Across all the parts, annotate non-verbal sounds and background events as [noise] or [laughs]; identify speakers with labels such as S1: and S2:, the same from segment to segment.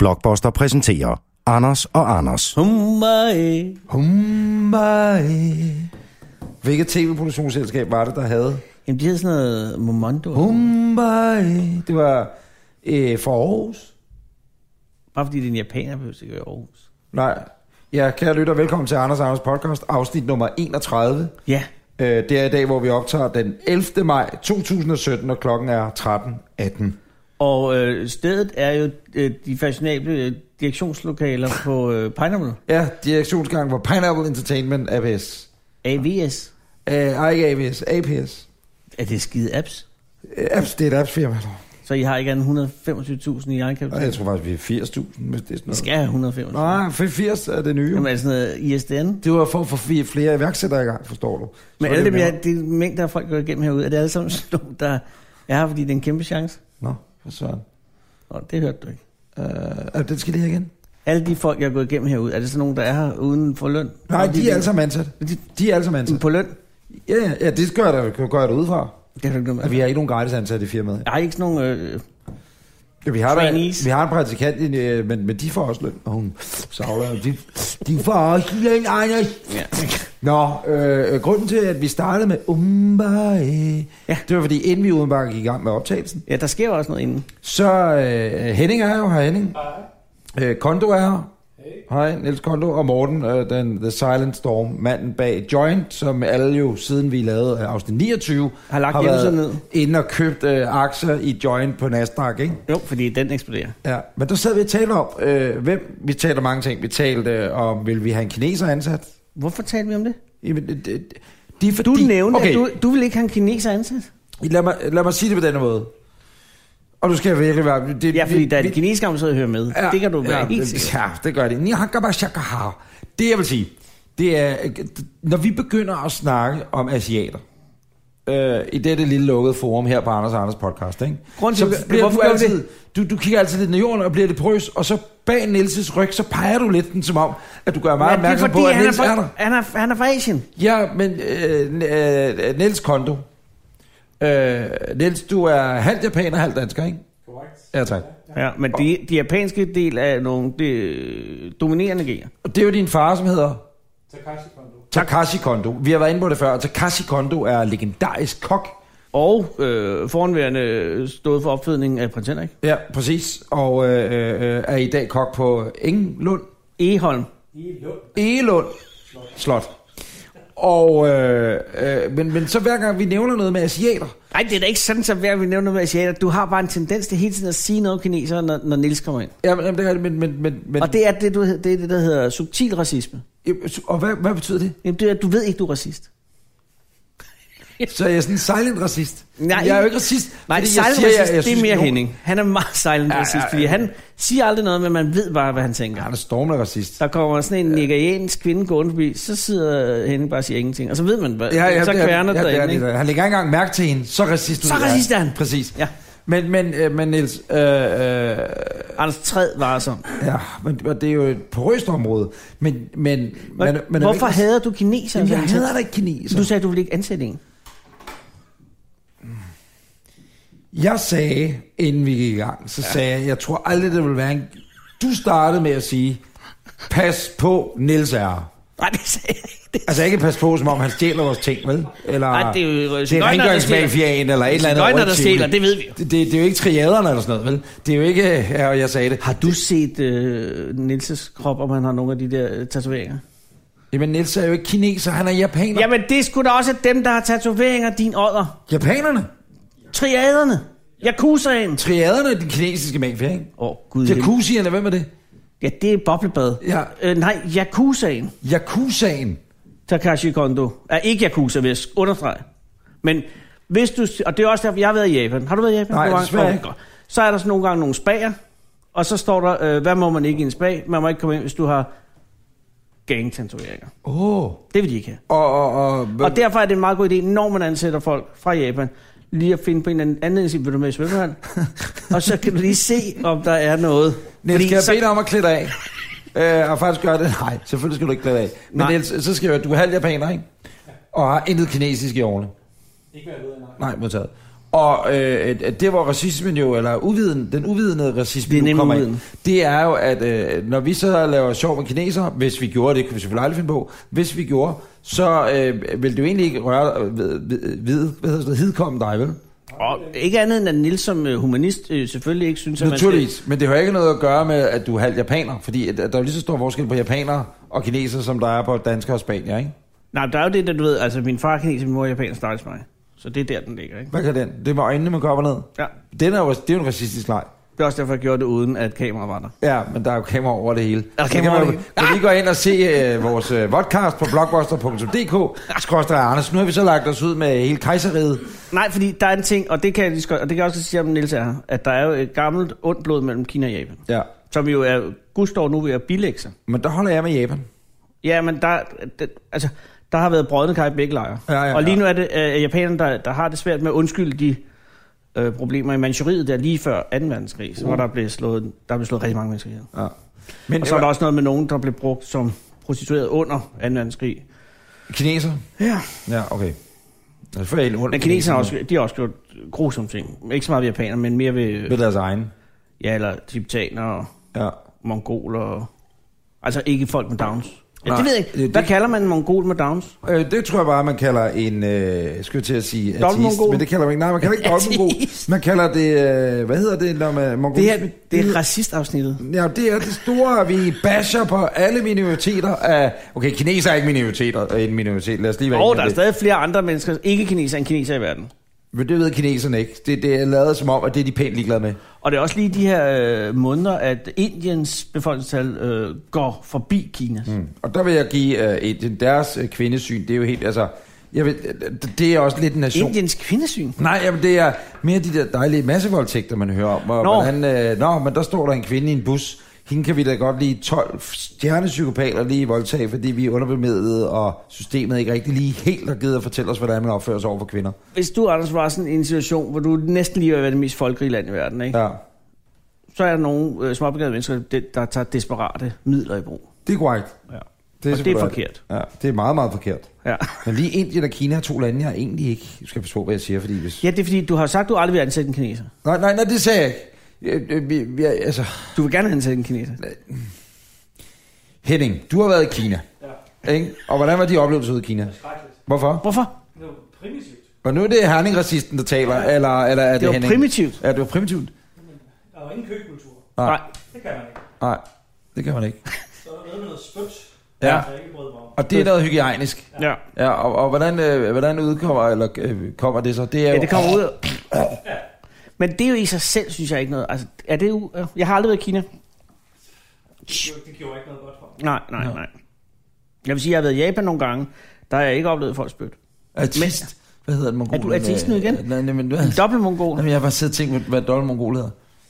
S1: Blockbuster præsenterer Anders og Anders.
S2: Hummae.
S3: Humbae. Hvilket tv-produktionsselskab var det, der havde
S2: Jamen, de hedder sådan noget Momondo.
S3: Humbae? Det var øh, for Aarhus?
S2: Bare fordi det er en japaner, behøver det ikke være i Aarhus.
S3: Nej. Ja, kære lytter, velkommen til Anders og Anders podcast, afsnit nummer 31.
S2: Ja,
S3: Øh, det er i dag, hvor vi optager den 11. maj 2017, og klokken er 13.18.
S2: og øh, stedet er jo øh, de fashionable øh, direktionslokaler på øh, Pineapple.
S3: Ja, direktionsgang for Pineapple Entertainment APS.
S2: AVS.
S3: Øh, ej, ikke APS, APS.
S2: Er det skide apps?
S3: Øh, Apps, det er et appsfirma.
S2: Så I har ikke andet 125.000 i
S3: Nej,
S2: egenkapital?
S3: jeg tror faktisk, vi er 80.000, hvis det er sådan
S2: I
S3: noget.
S2: skal have 125.
S3: Nej, 80 er det nye.
S2: Jamen, er det sådan noget ISDN?
S3: Det var for at få fi- flere iværksættere i gang, forstår du. Så
S2: Men
S3: er
S2: alle
S3: det
S2: dem,
S3: jo
S2: jeg, de mængder af folk, der går igennem herude, er det alle sammen sådan nogle, der er her, fordi det er en kæmpe chance?
S3: nemmere. Nå, for søren.
S2: Nå, det hørte du ikke.
S3: Øh, er den skal lige igen.
S2: Alle de folk, jeg er gået igennem herude, er det sådan nogen, der er her uden for løn?
S3: Nej,
S2: Og
S3: de er alle sammen ansat.
S2: De,
S3: De er alle sammen
S2: de,
S3: ansat.
S2: på løn?
S3: Ja, ja, ja, det gør jeg da, gør jeg da ud fra.
S2: Det har du ikke noget med.
S3: At vi har ikke nogen gratis ansatte i firmaet.
S2: Jeg har ikke sådan nogle... Øh,
S3: Ja, vi, har da,
S2: Trainees.
S3: vi har en praktikant, en, øh, men, men de får også løn. Og hun savler, de, de får også løn, Anders.
S2: ja.
S3: Nå, øh, øh, grunden til, at vi startede med Umbae,
S2: Ja.
S3: ja. det var fordi, inden vi udenbart gik i gang med optagelsen,
S2: ja, der sker jo også noget inden.
S3: Så øh, Henning er jo her, Henning. Hej. Øh, Kondo er her. Hey. Hej, Niels Kondo og Morten, øh, den The Silent Storm, manden bag Joint, som alle jo, siden vi lavede øh, afsnit 29,
S2: Har lagt
S3: har
S2: hjemmesiden
S3: været
S2: ned.
S3: inde og købt øh, aktier i Joint på Nasdaq, ikke?
S2: Jo, fordi den eksploderer.
S3: Ja, men der sad vi og talte om, øh, hvem, vi talte om mange ting. Vi talte øh, om, vil vi have en kineser ansat?
S2: Hvorfor talte vi om det?
S3: Jamen, det, det, det er fordi...
S2: Du nævnte, okay.
S3: okay,
S2: at du, du ville ikke have en kineser ansat.
S3: Lad mig, lad mig sige det på denne måde. Og du skal jeg virkelig være... Det,
S2: Ja, fordi
S3: vi-
S2: der er
S3: vi-
S2: en kineser, der sidder og hører med. Ja, det kan du være ja, helt
S3: det-
S2: sikker
S3: Ja, det gør det. Ni haka ba shaka ha. Det jeg vil sige, det er, øh, når vi begynder at snakke om asiater, øh, i dette lille lukkede forum her på Anders og Anders podcast, ikke?
S2: Grunden til,
S3: så
S2: at-
S3: bliver
S2: hvorfor
S3: du,
S2: gør vi
S3: altid, du, du kigger altid lidt ned i jorden og bliver lidt prøs, og så bag Nielses ryg, så peger du lidt den som om, at du gør meget
S2: Ja, det er
S3: opmærksom
S2: fordi,
S3: på, at
S2: han, er
S3: Niels er, der.
S2: fra, han, er, han er fra Asien.
S3: Ja, men øh, øh, Niels Kondo. Øh, Niels, du er halvt japaner, halvt dansker, ikke? Korrekt. Ja, tak.
S2: Ja, men de, de japanske del er nogle de, øh, dominerende gener.
S3: Og det er jo din far, som hedder... Takashi Kondo. Takashi Kondo. Vi har været inde på det før. Takashi Kondo er legendarisk kok.
S2: Og øh, foranværende øh, stod for opfedningen af prins Henrik.
S3: Ja, præcis. Og øh, øh, øh, er i dag kok på Engelund.
S2: Eholm.
S3: Egelund Slot. Og, øh, øh, men, men så hver gang vi nævner noget med asiater,
S2: Nej, det er da ikke sådan, så hver vi nævner med asiater. Du har bare en tendens til hele tiden at sige noget om kinesere, når, når Nils kommer ind.
S3: ja, men, jamen, det er det, men, men, men, men
S2: Men... Og det er det, du, hed- det er det, der hedder subtil racisme.
S3: og hvad, hvad betyder det?
S2: Jamen, det er, at du ved ikke, du er racist.
S3: Så er jeg sådan en silent racist?
S2: Nej.
S3: jeg er jo ikke racist.
S2: Nej,
S3: fordi
S2: silent
S3: jeg
S2: racist, det
S3: synes,
S2: er mere
S3: nogen-
S2: Henning. Han er meget silent ja,
S3: Ja,
S2: racist,
S3: ja, ja.
S2: fordi han siger aldrig noget, men man ved bare, hvad han tænker.
S3: Han er stormende racist.
S2: Der kommer sådan en nigeriansk kvinde gående forbi, så sidder Henning bare og siger ingenting. Og så ved man, hvad, så kværner
S3: det er
S2: derinde.
S3: det. Han lægger ikke engang mærke til hende. Så racist
S2: Så
S3: ud er
S2: racist er han.
S3: Præcis.
S2: Ja.
S3: Men, men, øh, men Niels, øh, øh,
S2: Anders træd var som.
S3: ja, men det er jo et porøst område. Men, men, men, men
S2: Hvorfor hader du kineser?
S3: Jamen, jeg
S2: Sådan
S3: hader
S2: set?
S3: da ikke kineser.
S2: Du sagde, at du ville ikke ansætte en.
S3: Jeg sagde, inden vi gik i gang, så ja. sagde jeg, jeg tror aldrig, det vil være en... Du startede med at sige, pas på, Niels er.
S2: Nej, det sagde jeg
S3: [laughs]
S2: ikke. Det-
S3: Altså ikke pas på, som om han stjæler vores ting, vel? Eller,
S2: Nej, det er jo
S3: det
S2: sigøjnere,
S3: er
S2: der
S3: rengøringsmafiaen, eller et eller andet.
S2: Sigøjnere, der
S3: rødt
S2: stjæler,
S3: tivoli.
S2: det ved vi jo.
S3: Det, det, det, er jo ikke triaderne eller sådan noget, vel? Det er jo ikke, ja, og jeg sagde det.
S2: Har du set øh, Nilses krop, om han har nogle af de der øh, tatoveringer?
S3: Jamen Niels er jo ikke kineser, han er japaner.
S2: Jamen, det er sgu da også dem, der har tatoveringer, din ådder.
S3: Japanerne?
S2: Triaderne. Yakuzaen.
S3: Triaderne er den kinesiske mafia, ikke?
S2: Åh, oh, gud.
S3: Jakuzierne, hvem er det?
S2: Ja, det er boblebad.
S3: Ja.
S2: Øh, nej, Yakuzaen.
S3: Yakuzaen.
S2: Takashi Kondo. Er ikke Yakuza, vil jeg s- understrege. Men hvis du... Og det er også derfor, jeg har været i Japan. Har du været i Japan?
S3: Nej,
S2: Nogle gange?
S3: desværre
S2: Åh,
S3: ikke.
S2: godt. Så er der sådan nogle gange nogle spager, og så står der, øh, hvad må man ikke i en spag? Man må ikke komme ind, hvis du har gang-tatoveringer.
S3: Åh. Oh.
S2: Det vil de ikke have.
S3: Og, og, og,
S2: Og derfor er det en meget god idé, når man ansætter folk fra Japan, lige at finde på en eller anden anledning, sige, vil du med i
S3: [laughs]
S2: svømmehallen? og så kan du lige se, om der er noget.
S3: Niels, skal jeg
S2: så,
S3: bede dig om at klæde dig af? Øh, og faktisk gøre det? [laughs] Nej, selvfølgelig skal du ikke klæde dig af. Men
S2: Nej.
S3: Niels, så skal jeg høre, du er halv japaner, ikke? Og har intet kinesisk i årene. Ikke hvad jeg ved, nej. Nej, modtaget. Og øh, at- at det, hvor racismen jo, eller uviden, den uvidende racisme
S2: Det er
S3: jo
S2: nemlig
S3: kommer ind,
S2: uviden.
S3: det er jo, at øh, når vi så laver sjov med kinesere, hvis vi gjorde det, kunne vi selvfølgelig aldrig finde på, hvis vi gjorde, så øh, ville det jo egentlig ikke røre øh, ved, ved, ved, hvad hedder det, hidkomme dig, vel?
S2: Og ikke andet end, at Nils som øh, humanist øh, selvfølgelig ikke synes, at man skal...
S3: Naturligvis, men det har ikke noget at gøre med, at du er halv japaner, fordi at- at der er jo lige så stor forskel på japanere og kinesere, som der er på danskere og spanier, ikke?
S2: Nej, der er jo det, der du ved, altså min far er kineser, min mor er japansk stakkels mig. Så det er der, den ligger, ikke?
S3: Hvad kan den? Det er med øjnene, man går op og ned.
S2: Ja.
S3: Den er jo, det er jo en racistisk leg.
S2: Det er også derfor, jeg gjorde det uden, at kameraet var der.
S3: Ja, men der er jo kamera over det hele.
S2: der
S3: Så
S2: kamera
S3: kan
S2: over
S3: man,
S2: det hele? Ah!
S3: kan lige gå ind og se øh, vores øh, podcast på blogbuster.dk,
S2: Ah!
S3: skråstrej Anders. Nu har vi så lagt os ud med hele kejseriet.
S2: Nej, fordi der er en ting, og det kan jeg, lige så godt- og det kan jeg også sige om Nils er her, at der er jo et gammelt ondt blod mellem Kina og Japan,
S3: Ja,
S2: som jo er gudstår nu ved at bilægge sig.
S3: men der holder jeg med Japan.
S2: Ja, men der, det, altså, der har været brødende kar i begge lejre.
S3: Ja, ja,
S2: og lige
S3: ja.
S2: nu er det øh, japanerne, der, der har det svært med at undskylde de øh, problemer i Manchuriet der lige før 2. verdenskrig, uh. hvor der blev slået, der blev slået rigtig mange mennesker ihjel.
S3: Ja. Men
S2: Og så er der
S3: der...
S2: også noget med nogen, der blev brugt som prostitueret under 2. verdenskrig.
S3: kineser?
S2: Ja.
S3: Ja, okay. Det er for helt ondt.
S2: Men kineserne har også, de har også gjort grusomme ting. Ikke så meget ved japanere, men mere ved,
S3: Ved deres egen.
S2: ja, eller tibetanere og
S3: Ja.
S2: mongoler. Og, altså ikke folk med Downs. Ja,
S3: Nej,
S2: det ved jeg ikke.
S3: det-
S2: Hvad kalder man en mongol med Downs?
S3: Øh, det tror jeg bare, man kalder en, øh, skulle jeg til at sige, ateist,
S2: Dobbeltmongol.
S3: men det kalder man ikke, nej, man
S2: [laughs]
S3: kalder ikke dobbeltmongol.
S2: Ateist.
S3: Man kalder det, øh, hvad hedder det, når man, mongol? Mm.
S2: Det her, det er racistafsnittet.
S3: Ja, det er det store, vi basher på alle minoriteter. Af, okay, kineser er ikke minoriteter, er en minoritet, lad os lige være
S2: Og
S3: enige
S2: der
S3: om
S2: er
S3: det.
S2: stadig flere andre mennesker, ikke kineser end kineser i verden.
S3: Men det ved kineserne ikke. Det, det er lavet som om, at det er de pænt ligeglade med.
S2: Og det er også lige de her øh, måneder, at Indiens befolkningstal øh, går forbi Kinas. Mm.
S3: Og der vil jeg give øh, Indien deres øh, kvindesyn. Det er jo helt, altså... Jeg ved, øh, det er også lidt en nation.
S2: Indiens kvindesyn.
S3: Nej, jamen det er mere de der dejlige massevoldtægter, man hører om.
S2: Nå.
S3: Og nå. Hvordan, øh, nå, men der står der en kvinde i en bus. Hende kan vi da godt lige 12 stjernepsykopater lige voldtage, fordi vi er underbemidlet, og systemet ikke rigtig lige helt har givet at fortælle os, hvordan man opfører sig over for kvinder.
S2: Hvis du, Anders, var sådan i en situation, hvor du næsten lige var ved at være det mest folkerige land i verden, ikke? Ja.
S3: Ja,
S2: så er der nogle øh, småbegavede mennesker, der, der tager desperate midler i brug.
S3: det er korrekt.
S2: Ja. Det er,
S3: Det
S2: og det er
S3: selvfølgelig
S2: forkert.
S3: Ja, det er meget, meget forkert.
S2: Ja.
S3: Men lige Indien og Kina er to lande, jeg egentlig ikke jeg skal forstå, hvad jeg siger, fordi hvis...
S2: ja, det er fordi, du har sagt, du aldrig vil ansætte en kineser.
S3: Nej, nej, nej, det sagde jeg ikke. Jeg, jeg, jeg, jeg, altså,
S2: Du vil gerne ansætte en kineser.
S3: Henning, du har været i Kina. Ja. Ikke? Og hvordan var de oplevelser ude i Kina? Hvorfor?
S2: Hvorfor?
S4: primitivt.
S3: Og nu er det herning-racisten, der taler, eller, eller er det,
S2: Det var
S3: Henning?
S2: primitivt.
S3: Ja, det var primitivt.
S4: Der er jo ingen køkultur.
S3: Nej.
S2: Nej.
S3: Nej, det
S4: Det kan man ikke.
S3: kan man ikke.
S4: Så er der noget med noget spyt,
S3: Ja.
S4: der ikke brød mig om.
S3: Og det er noget hygiejnisk.
S2: Ja.
S3: Ja, og, og hvordan, øh, hvordan udkommer eller, øh, kommer det så? Det er
S2: Ja,
S3: jo,
S2: det kommer ud. af- Men det er jo i sig selv, synes jeg ikke noget. Altså, er det u... Jeg har aldrig været i Kina.
S4: Det- Det gjorde ikke noget godt for mig.
S2: Nej, nej, nej. Jeg vil sige, jeg har været i Japan nogle gange. Der har jeg ikke oplevet folk spytte.
S3: Artist. Hvad hedder den mongol?
S2: Er du artist nu igen?
S3: Nej, nej, men, du-
S2: En dobbelt mongol.
S3: Jamen, jeg har bare siddet og tænkt, hvad- hvad dolle mongol hedder.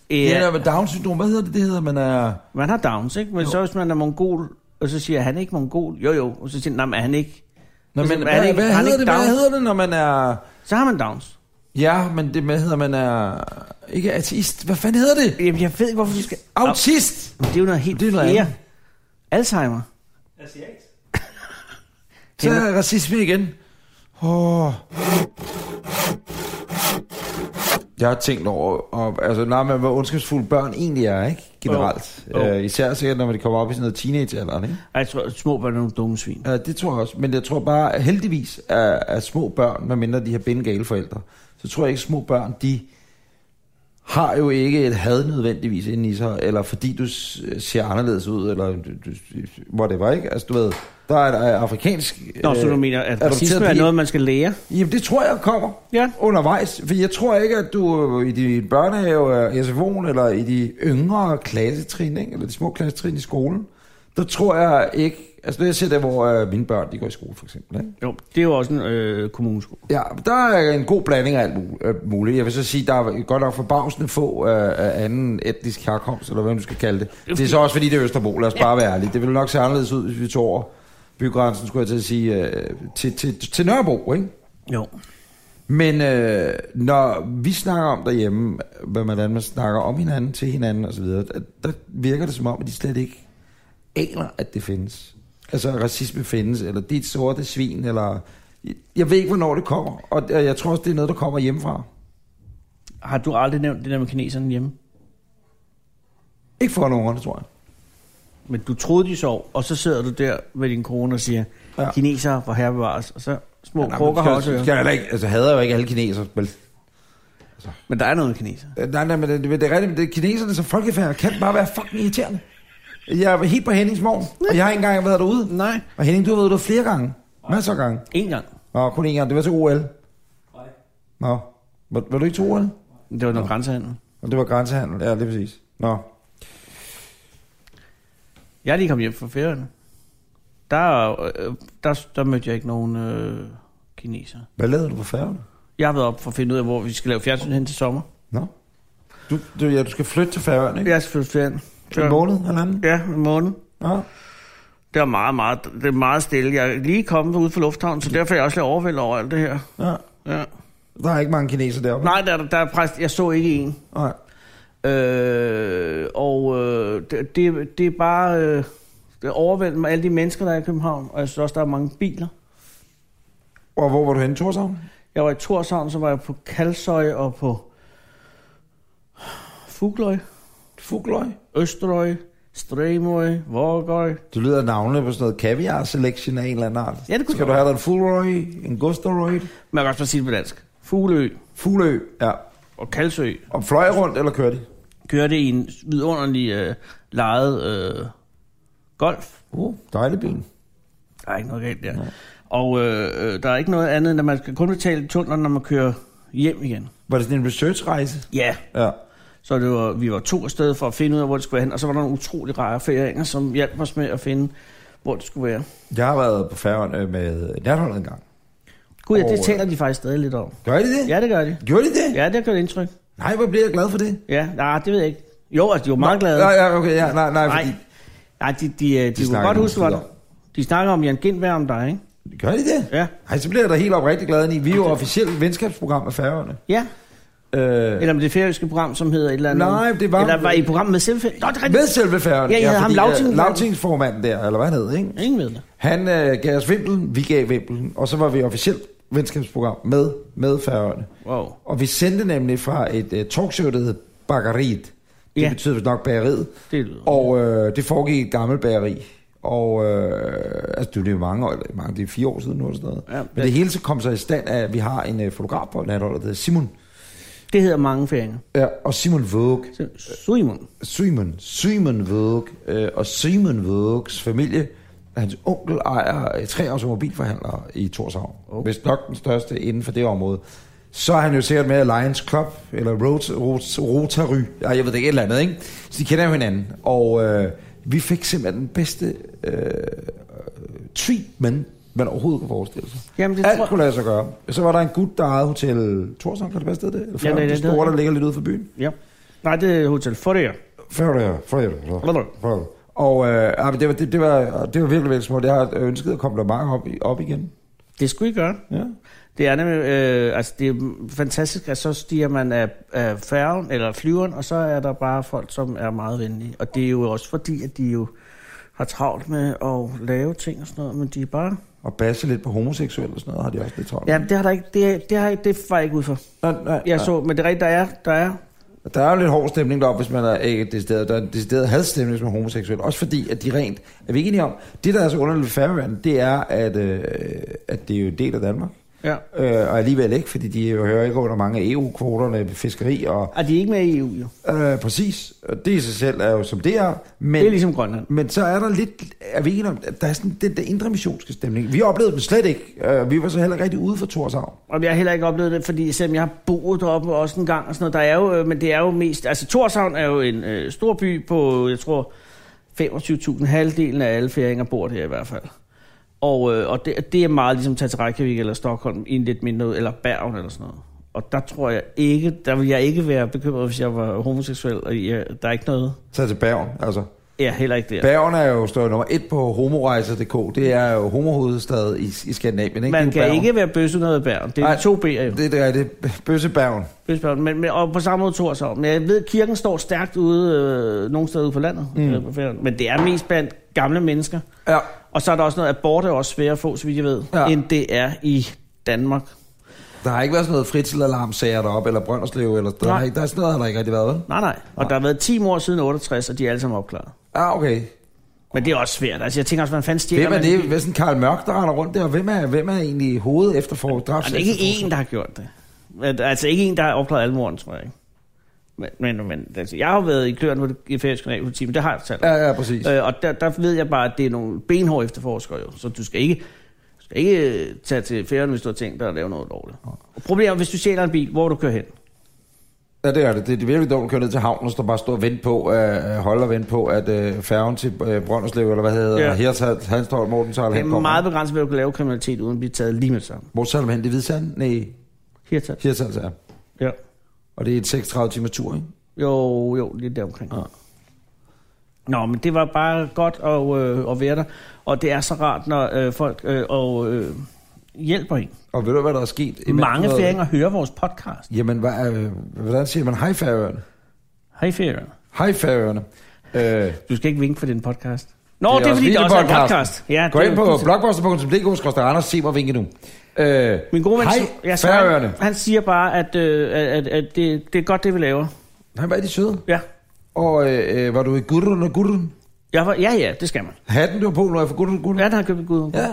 S3: Ja. Det
S2: Ja,
S3: der med Down-syndrom, hvad hedder det? Det hedder, man er...
S2: man har downs, ikke? Men jo. så hvis man er mongol, og så siger jeg, han er ikke mongol. Jo, jo. Og så siger han, nej, men er han ikke.
S3: Nå,
S2: Altså,
S3: men,
S2: er
S3: hvad,
S2: det ikke-
S3: hvad,
S2: har han
S3: hedder
S2: ikke
S3: det, hvad
S2: Down?
S3: hedder det, når man er...
S2: Så har man downs.
S3: Ja, men det, hvad hedder man er... Ikke ateist. Hvad fanden hedder det?
S2: Jamen, jeg ved ikke, hvorfor du skal...
S3: Autist!
S2: Det er jo noget helt
S3: Det er noget
S2: fjerde.
S3: andet.
S2: Alzheimer.
S4: Asiat.
S3: Så er racisme igen. Oh. Jeg har tænkt over, og, altså, nej, men hvor ondskabsfulde børn egentlig er, ikke? Generelt.
S2: Jo.
S3: Oh.
S2: Jo.
S3: Øh, især sikkert, når de kommer op i sådan noget teenagealderen, ikke?
S2: Ej, Jeg tror, at små børn er nogle dumme svin.
S3: Ja, det tror jeg også. Men jeg tror bare, at heldigvis er, er små børn, medmindre de har bindegale forældre, så tror jeg ikke, at små børn, de har jo ikke et had nødvendigvis inde i sig, eller fordi du s- ser anderledes ud, eller du, du, whatever, ikke? Altså, du ved, der er et øh, afrikansk...
S2: Nå, så
S3: øh,
S2: du mener, at
S3: adopteret
S2: racisme er
S3: pige.
S2: noget, man skal lære?
S3: Jamen, det tror jeg kommer
S2: Ja.
S3: undervejs, for jeg tror ikke, at du øh, i din børnehave, øh, SFO'en, eller i de yngre klassetrin, ikke? eller de små klassetrin i skolen, der tror jeg ikke, altså når jeg ser der, hvor øh, mine børn de går i skole for eksempel, ikke?
S2: Jo, det er jo også en øh, kommuneskole.
S3: Ja, der er en god blanding af alt mul- øh, muligt. Jeg vil så sige, der er godt nok forbavsende få øh, af anden etnisk herkomst, eller hvad man skal kalde det. Det er så også fordi, det er Østerbro, lad os bare være ærlige. Det ville nok se anderledes ud, hvis vi tog over bygrænsen, skulle jeg til at sige, øh, til, til, til Nørrebro, ikke?
S2: Jo.
S3: Men øh, når vi snakker om derhjemme, hvad- hvordan man snakker om hinanden, til hinanden osv., der, der virker det som om, at de slet ikke aner, at det findes. Altså, at racisme findes, eller det er et sorte svin, eller... Jeg ved ikke, hvornår det kommer, og og jeg tror også, det er noget, der kommer hjemmefra.
S2: Har du aldrig nævnt det der med kineserne hjemme?
S3: Ikke for nogen runde, tror jeg.
S2: Men du troede, de sov, og så sidder du der med din kone og siger,
S3: Ja.
S2: ja. kineser for herrebevares, og så små
S3: men
S2: krukker
S3: skal,
S2: har
S3: jeg-
S2: også
S3: skal,
S2: ører.
S3: jeg heller ikke, altså hader jeg jo ikke alle kineser. Vel?
S2: Men der er noget med kineser.
S3: Øh, Nej, nej, men det, det er rigtigt, men det, kineserne som folkefærd kan bare være fucking irriterende. Jeg er helt på Hennings morgen, og jeg har ikke engang været derude.
S2: Nej.
S3: Og Henning, du har været derude flere gange. Masser af gange.
S2: En gang.
S3: Nå, kun én gang. Det var til OL.
S4: Nej.
S3: Nå. Var, var du ikke til OL?
S2: Det var noget grænsehandel.
S3: Og det var grænsehandel, ja, det er præcis. Nå.
S2: Jeg er lige kommet hjem fra ferien. Der, øh, der, der mødte jeg ikke nogen øh, kineser.
S3: Hvad lavede du på færgen?
S2: Jeg har været op for at finde ud af, hvor vi skal lave fjernsyn hen til sommer.
S3: Nå. Du, du, ja, du skal flytte til Færøerne, ikke?
S2: Jeg skal flytte ferien.
S3: En måned eller anden?
S2: Ja, en måned.
S3: Ja.
S2: Det er meget, meget, det er meget stille. Jeg er lige kommet ud fra lufthavnen, så derfor er jeg også lidt overvældet over alt det her.
S3: ja.
S2: Ja.
S3: Der er ikke mange kineser deroppe.
S2: Nej, der, der er præst, jeg så ikke en.
S3: Nej.
S2: Øh, og øh, det, det, det er bare øh, det er overvældende med alle de mennesker, der er i København. Og jeg synes også, der er mange biler.
S3: Og hvor var du henne, Torshavn?
S2: Jeg var i Torshavn, så var jeg på Kalsøj og på Fugløj,
S3: Fugløj.
S2: Østerøj, Stremøj, Vorgøj.
S3: Du lyder af navnene på sådan noget caviar selection af en eller anden art.
S2: Ja, det kunne
S3: Skal du have dig en Fugløj, en Gusterøj,
S2: Man kan også bare sige det på dansk. Fugleø
S3: Fugleø? Ja.
S2: og Kalsø
S3: Og fløj rundt, eller kørte de?
S2: kørte i en vidunderlig øh, lejet øh, golf.
S3: Uh, dejlig bil.
S2: Der er ikke noget galt der. Og øh, øh, der er ikke noget andet, end at man skal kun betale tunnelen, når man kører hjem igen.
S3: Var det sådan en researchrejse?
S2: Ja,
S3: Ja.
S2: så det var, vi var to steder for at finde ud af, hvor det skulle være hen. Og så var der nogle utrolig rare færinger, som hjalp os med at finde, hvor det skulle være.
S3: Jeg har været på Færøerne øh, med natholdet en gang.
S2: Gud, ja, det
S3: Og, øh,
S2: taler de faktisk stadig lidt om.
S3: Gør I det?
S2: Ja, det gør de.
S3: Gjorde de det?
S2: Ja, det gør det indtryk.
S3: Nej, hvor bliver jeg glad for det?
S2: Ja, nej, det ved jeg ikke. Jo, altså, de var meget glade.
S3: Nej, ja, okay, ja, nej, nej,
S2: nej,
S3: fordi...
S2: nej de, de, øh, de, de kunne
S3: snakker
S2: godt
S3: nogle
S2: huske, hvor
S3: skider.
S2: de snakker om Jan Gindberg om dig, ikke?
S3: Gør de det?
S2: Ja.
S3: Nej, så bliver jeg da helt oprigtig glad, Annie. Vi er jo officielt venskabsprogram af Færøerne.
S2: Ja,
S3: Øh,
S2: eller med det færøske program, som hedder et eller andet.
S3: Nej, det var-
S2: Eller var I i programmet med selvfælde? Nå, det er rigtigt.
S3: med selve Færøerne.
S2: Ja, I havde ham
S3: fordi,
S2: Lauting-
S3: øh, Lautingsformanden der, eller hvad han hed, ikke?
S2: Ingen ved det.
S3: Han øh, gav os vimpelen, vi gav vimpelen, og så var vi officielt venskabsprogram med, med Færøerne.
S2: Wow.
S3: Og vi sendte nemlig fra et øh, talkshow, der hed Bakkeriet. Det ja.
S2: Ja.
S3: betyder vist nok bageriet.
S2: Det lyder.
S3: Og øh, det foregik i et gammelt bageri. Og øh, altså, det er jo mange år, eller mange, det er fire år siden nu eller sådan noget.
S2: Ja,
S3: Ja, Men
S2: det-
S3: det hele så kom sig i stand af, at vi har en øh, fotograf på natholdet, der hedder Simon.
S2: Det hedder mange færinger.
S3: Ja, og Simon Vogue.
S2: Så, Suimon.
S3: Simon, Simon Vogue øh, og Simon Vogues familie, hans onkel ejer øh, tre automobilforhandlere i Torshavn. Okay. Hvis nok den største inden for det område. Så er han jo sikkert med i Lions Club, eller Rot, Rot, Rotary, Ej, jeg ved det ikke, et eller andet, ikke? Så de kender jo hinanden. Og øh, vi fik simpelthen den bedste øh, treatment, man overhovedet kan forestille sig.
S2: Jamen, det
S3: Alt
S2: tror-
S3: kunne lade sig gøre. Så var der en gut, der ejede Hotel Torshavn, kan det være stedet det? Eller
S2: Ja,
S3: ja,
S2: det er
S3: det, det,
S2: det, det
S3: store,
S2: hedder
S3: der ligger lidt ude for byen.
S2: Ja. Nej, det er Hotel Fourier.
S3: Florida, Florida,
S2: Florida.
S3: Florida. Og øh, ah, men det, var, det, det, var, det var virkelig, virkelig smukt. Jeg har ønsket at komme der mange op, i- op igen.
S2: Det skulle I gøre.
S3: Ja.
S2: Det er nemlig, øh, altså det er fantastisk, at så stiger man af, af færgen eller flyveren, og så er der bare folk, som er meget venlige. Og det er jo også fordi, at de jo har travlt med at lave ting og sådan noget, men de er bare...
S3: Og basse lidt på homoseksuelle og sådan noget, har de også lidt travlt.
S2: Ja, det har der ikke, det, er- det, har, ikke- det var jeg ikke ud for.
S3: Nej, nej,
S2: Jeg
S3: nej.
S2: så, men det er rigtigt, der er, der er.
S3: Der er jo lidt hård stemning deroppe, hvis man er ikke decideret. Der er en decideret hadstemning, hvis man er homoseksuel. Også fordi, at de rent... Er vi ikke enige om? Det, der er så underligt ved Færøerne, det er, at, øh, at det er jo en del af Danmark.
S2: Ja.
S3: Øh, og alligevel ikke, fordi de jo hører ikke under mange af EU-kvoterne ved fiskeri og...
S2: Og de er ikke med i EU, jo.
S3: Øh, præcis. Og det i sig selv er jo som det er. Men,
S2: Det er ligesom Grønland.
S3: Men så er der lidt, er vi ikke enige om, at der er sådan den der indre missionske stemning. Vi oplevede den slet ikke. Øh, Vi var så heller ikke rigtig ude for Torshavn.
S2: Og jeg har heller ikke oplevet det, fordi selvom jeg har boet deroppe også en gang og sådan noget, der er jo, øh, men det er jo mest, altså Torshavn er jo en øh, stor by på, jeg tror, 25.000, halvdelen af alle færinger bor der i hvert fald. Og, øh, og det, det, er meget ligesom at tage til Reykjavik eller Stockholm i en lidt mindre, ud- eller Bergen eller sådan noget. Og der tror jeg ikke, der vil jeg ikke være bekymret, hvis jeg var homoseksuel, og jeg, der er ikke noget.
S3: Så til Bergen, altså.
S2: Ja, heller ikke der.
S3: Bergen er jo står nummer et på homorejser.dk. Det er jo homohovedstad i, i Skandinavien, ikke?
S2: Man
S3: Det er jo
S2: kan
S3: Bergen.
S2: ikke være bøsse noget i Bergen. Det er
S3: Nej.
S2: de to B'er jo.
S3: Det er det rigtige. Bøsse Bergen.
S2: Bøsbørn, men, men, og på samme måde Torshavn. Men jeg ved, kirken står stærkt ude, øh, nogle steder ude på landet, mm. øh, på Færøerne. men det er mest blandt gamle mennesker.
S3: Ja.
S2: Og så er der også noget abort er også svært at få, så vidt jeg ved,
S3: Ja.
S2: ja. end det er i Danmark.
S3: Der har ikke været sådan noget fritidsalarmsager deroppe, eller Brønderslev, eller der,
S2: Nej.
S3: har ikke, der er sådan noget, har der ikke rigtig været, vel?
S2: Nej, nej. Og der har været 10 mor siden 68, og de er alle sammen opklaret.
S3: Ah, okay.
S2: Men det er også svært. Altså, jeg tænker også, man fandt stjæler.
S3: Hvem er
S2: man-
S3: det? Hvad er sådan Karl Mørk, der render rundt der? Hvem er, hvem er egentlig hovedet efter for
S2: Og
S3: drabs?
S2: det er Altså, ikke en, der har gjort det. Men, Altså ikke en, der har opklaret alle morden, tror jeg ikke. Men, men, men altså, jeg har jo været i kløerne på det gefæriske kriminalpoliti, men det har jeg talt om.
S3: Ja, ja, præcis.
S2: Øh, og der, der ved jeg bare, at det er nogle benhårde efterforskere jo, så du skal ikke, du skal ikke øh, tage til ferien, hvis du har tænkt dig at lave noget lovligt. Og problemet er, hvis du stjæler en bil, hvor vil du kører hen.
S3: Ja, det er det. Det er virkelig dumt at køre ned til havnen, og så bare stå og vente på, øh, holde og vente på, at øh, færgen til øh, Brønderslev, eller hvad hedder
S2: Ja.
S3: ja. her, Hanstholm, Mortensal,
S2: Det er
S3: han kommer.
S2: meget begrænset, hvad du kan lave kriminalitet, uden at blive taget lige med det samme.
S3: Mortensal, men det er Hvidsand? Nej,
S2: Hirtal.
S3: Hirtshals er.
S2: Ja.
S3: Og det er et 36 timers tur, ikke?
S2: Jo, jo, lidt deromkring.
S3: Ja.
S2: Ja. Nå, men det var bare godt at, øh, at være der. Og det er så rart, når øh, folk øh, og, øh, hjælper en.
S3: Og ved du, hvad der er sket? Imens
S2: Mange
S3: noget-
S2: færinger hører vores podcast.
S3: Jamen, hvad, øh, hvordan siger man? Hej færøerne.
S2: Hej færinger.
S3: Hej færøerne. Øh,
S2: Du skal ikke vinke for din podcast. Nå, det
S3: Det
S2: er, det er
S3: er også
S2: fordi, der også er en
S3: videopodcast.
S2: podcast. Ja,
S3: Gå
S2: det er
S3: ind
S2: jo
S3: på
S2: fuldstændig-
S3: blogboster.dk, skrøster Anders, se mig vinke nu. Øh,
S2: Min gode ven,
S3: Hej,
S2: ja, så
S3: Færøerne.
S2: han, han siger bare, at, øh, at, at, at det, det er godt, det vi laver.
S3: Nej, hvor er de søde.
S2: Ja.
S3: Og øh, øh, var du i Gudrun og Gudrun?
S2: Jeg var, ja, ja, det skal man.
S3: Hatten, du var på, når jeg for Gudrun Gudrun?
S2: Ja, der har købt en gud.
S3: Ja.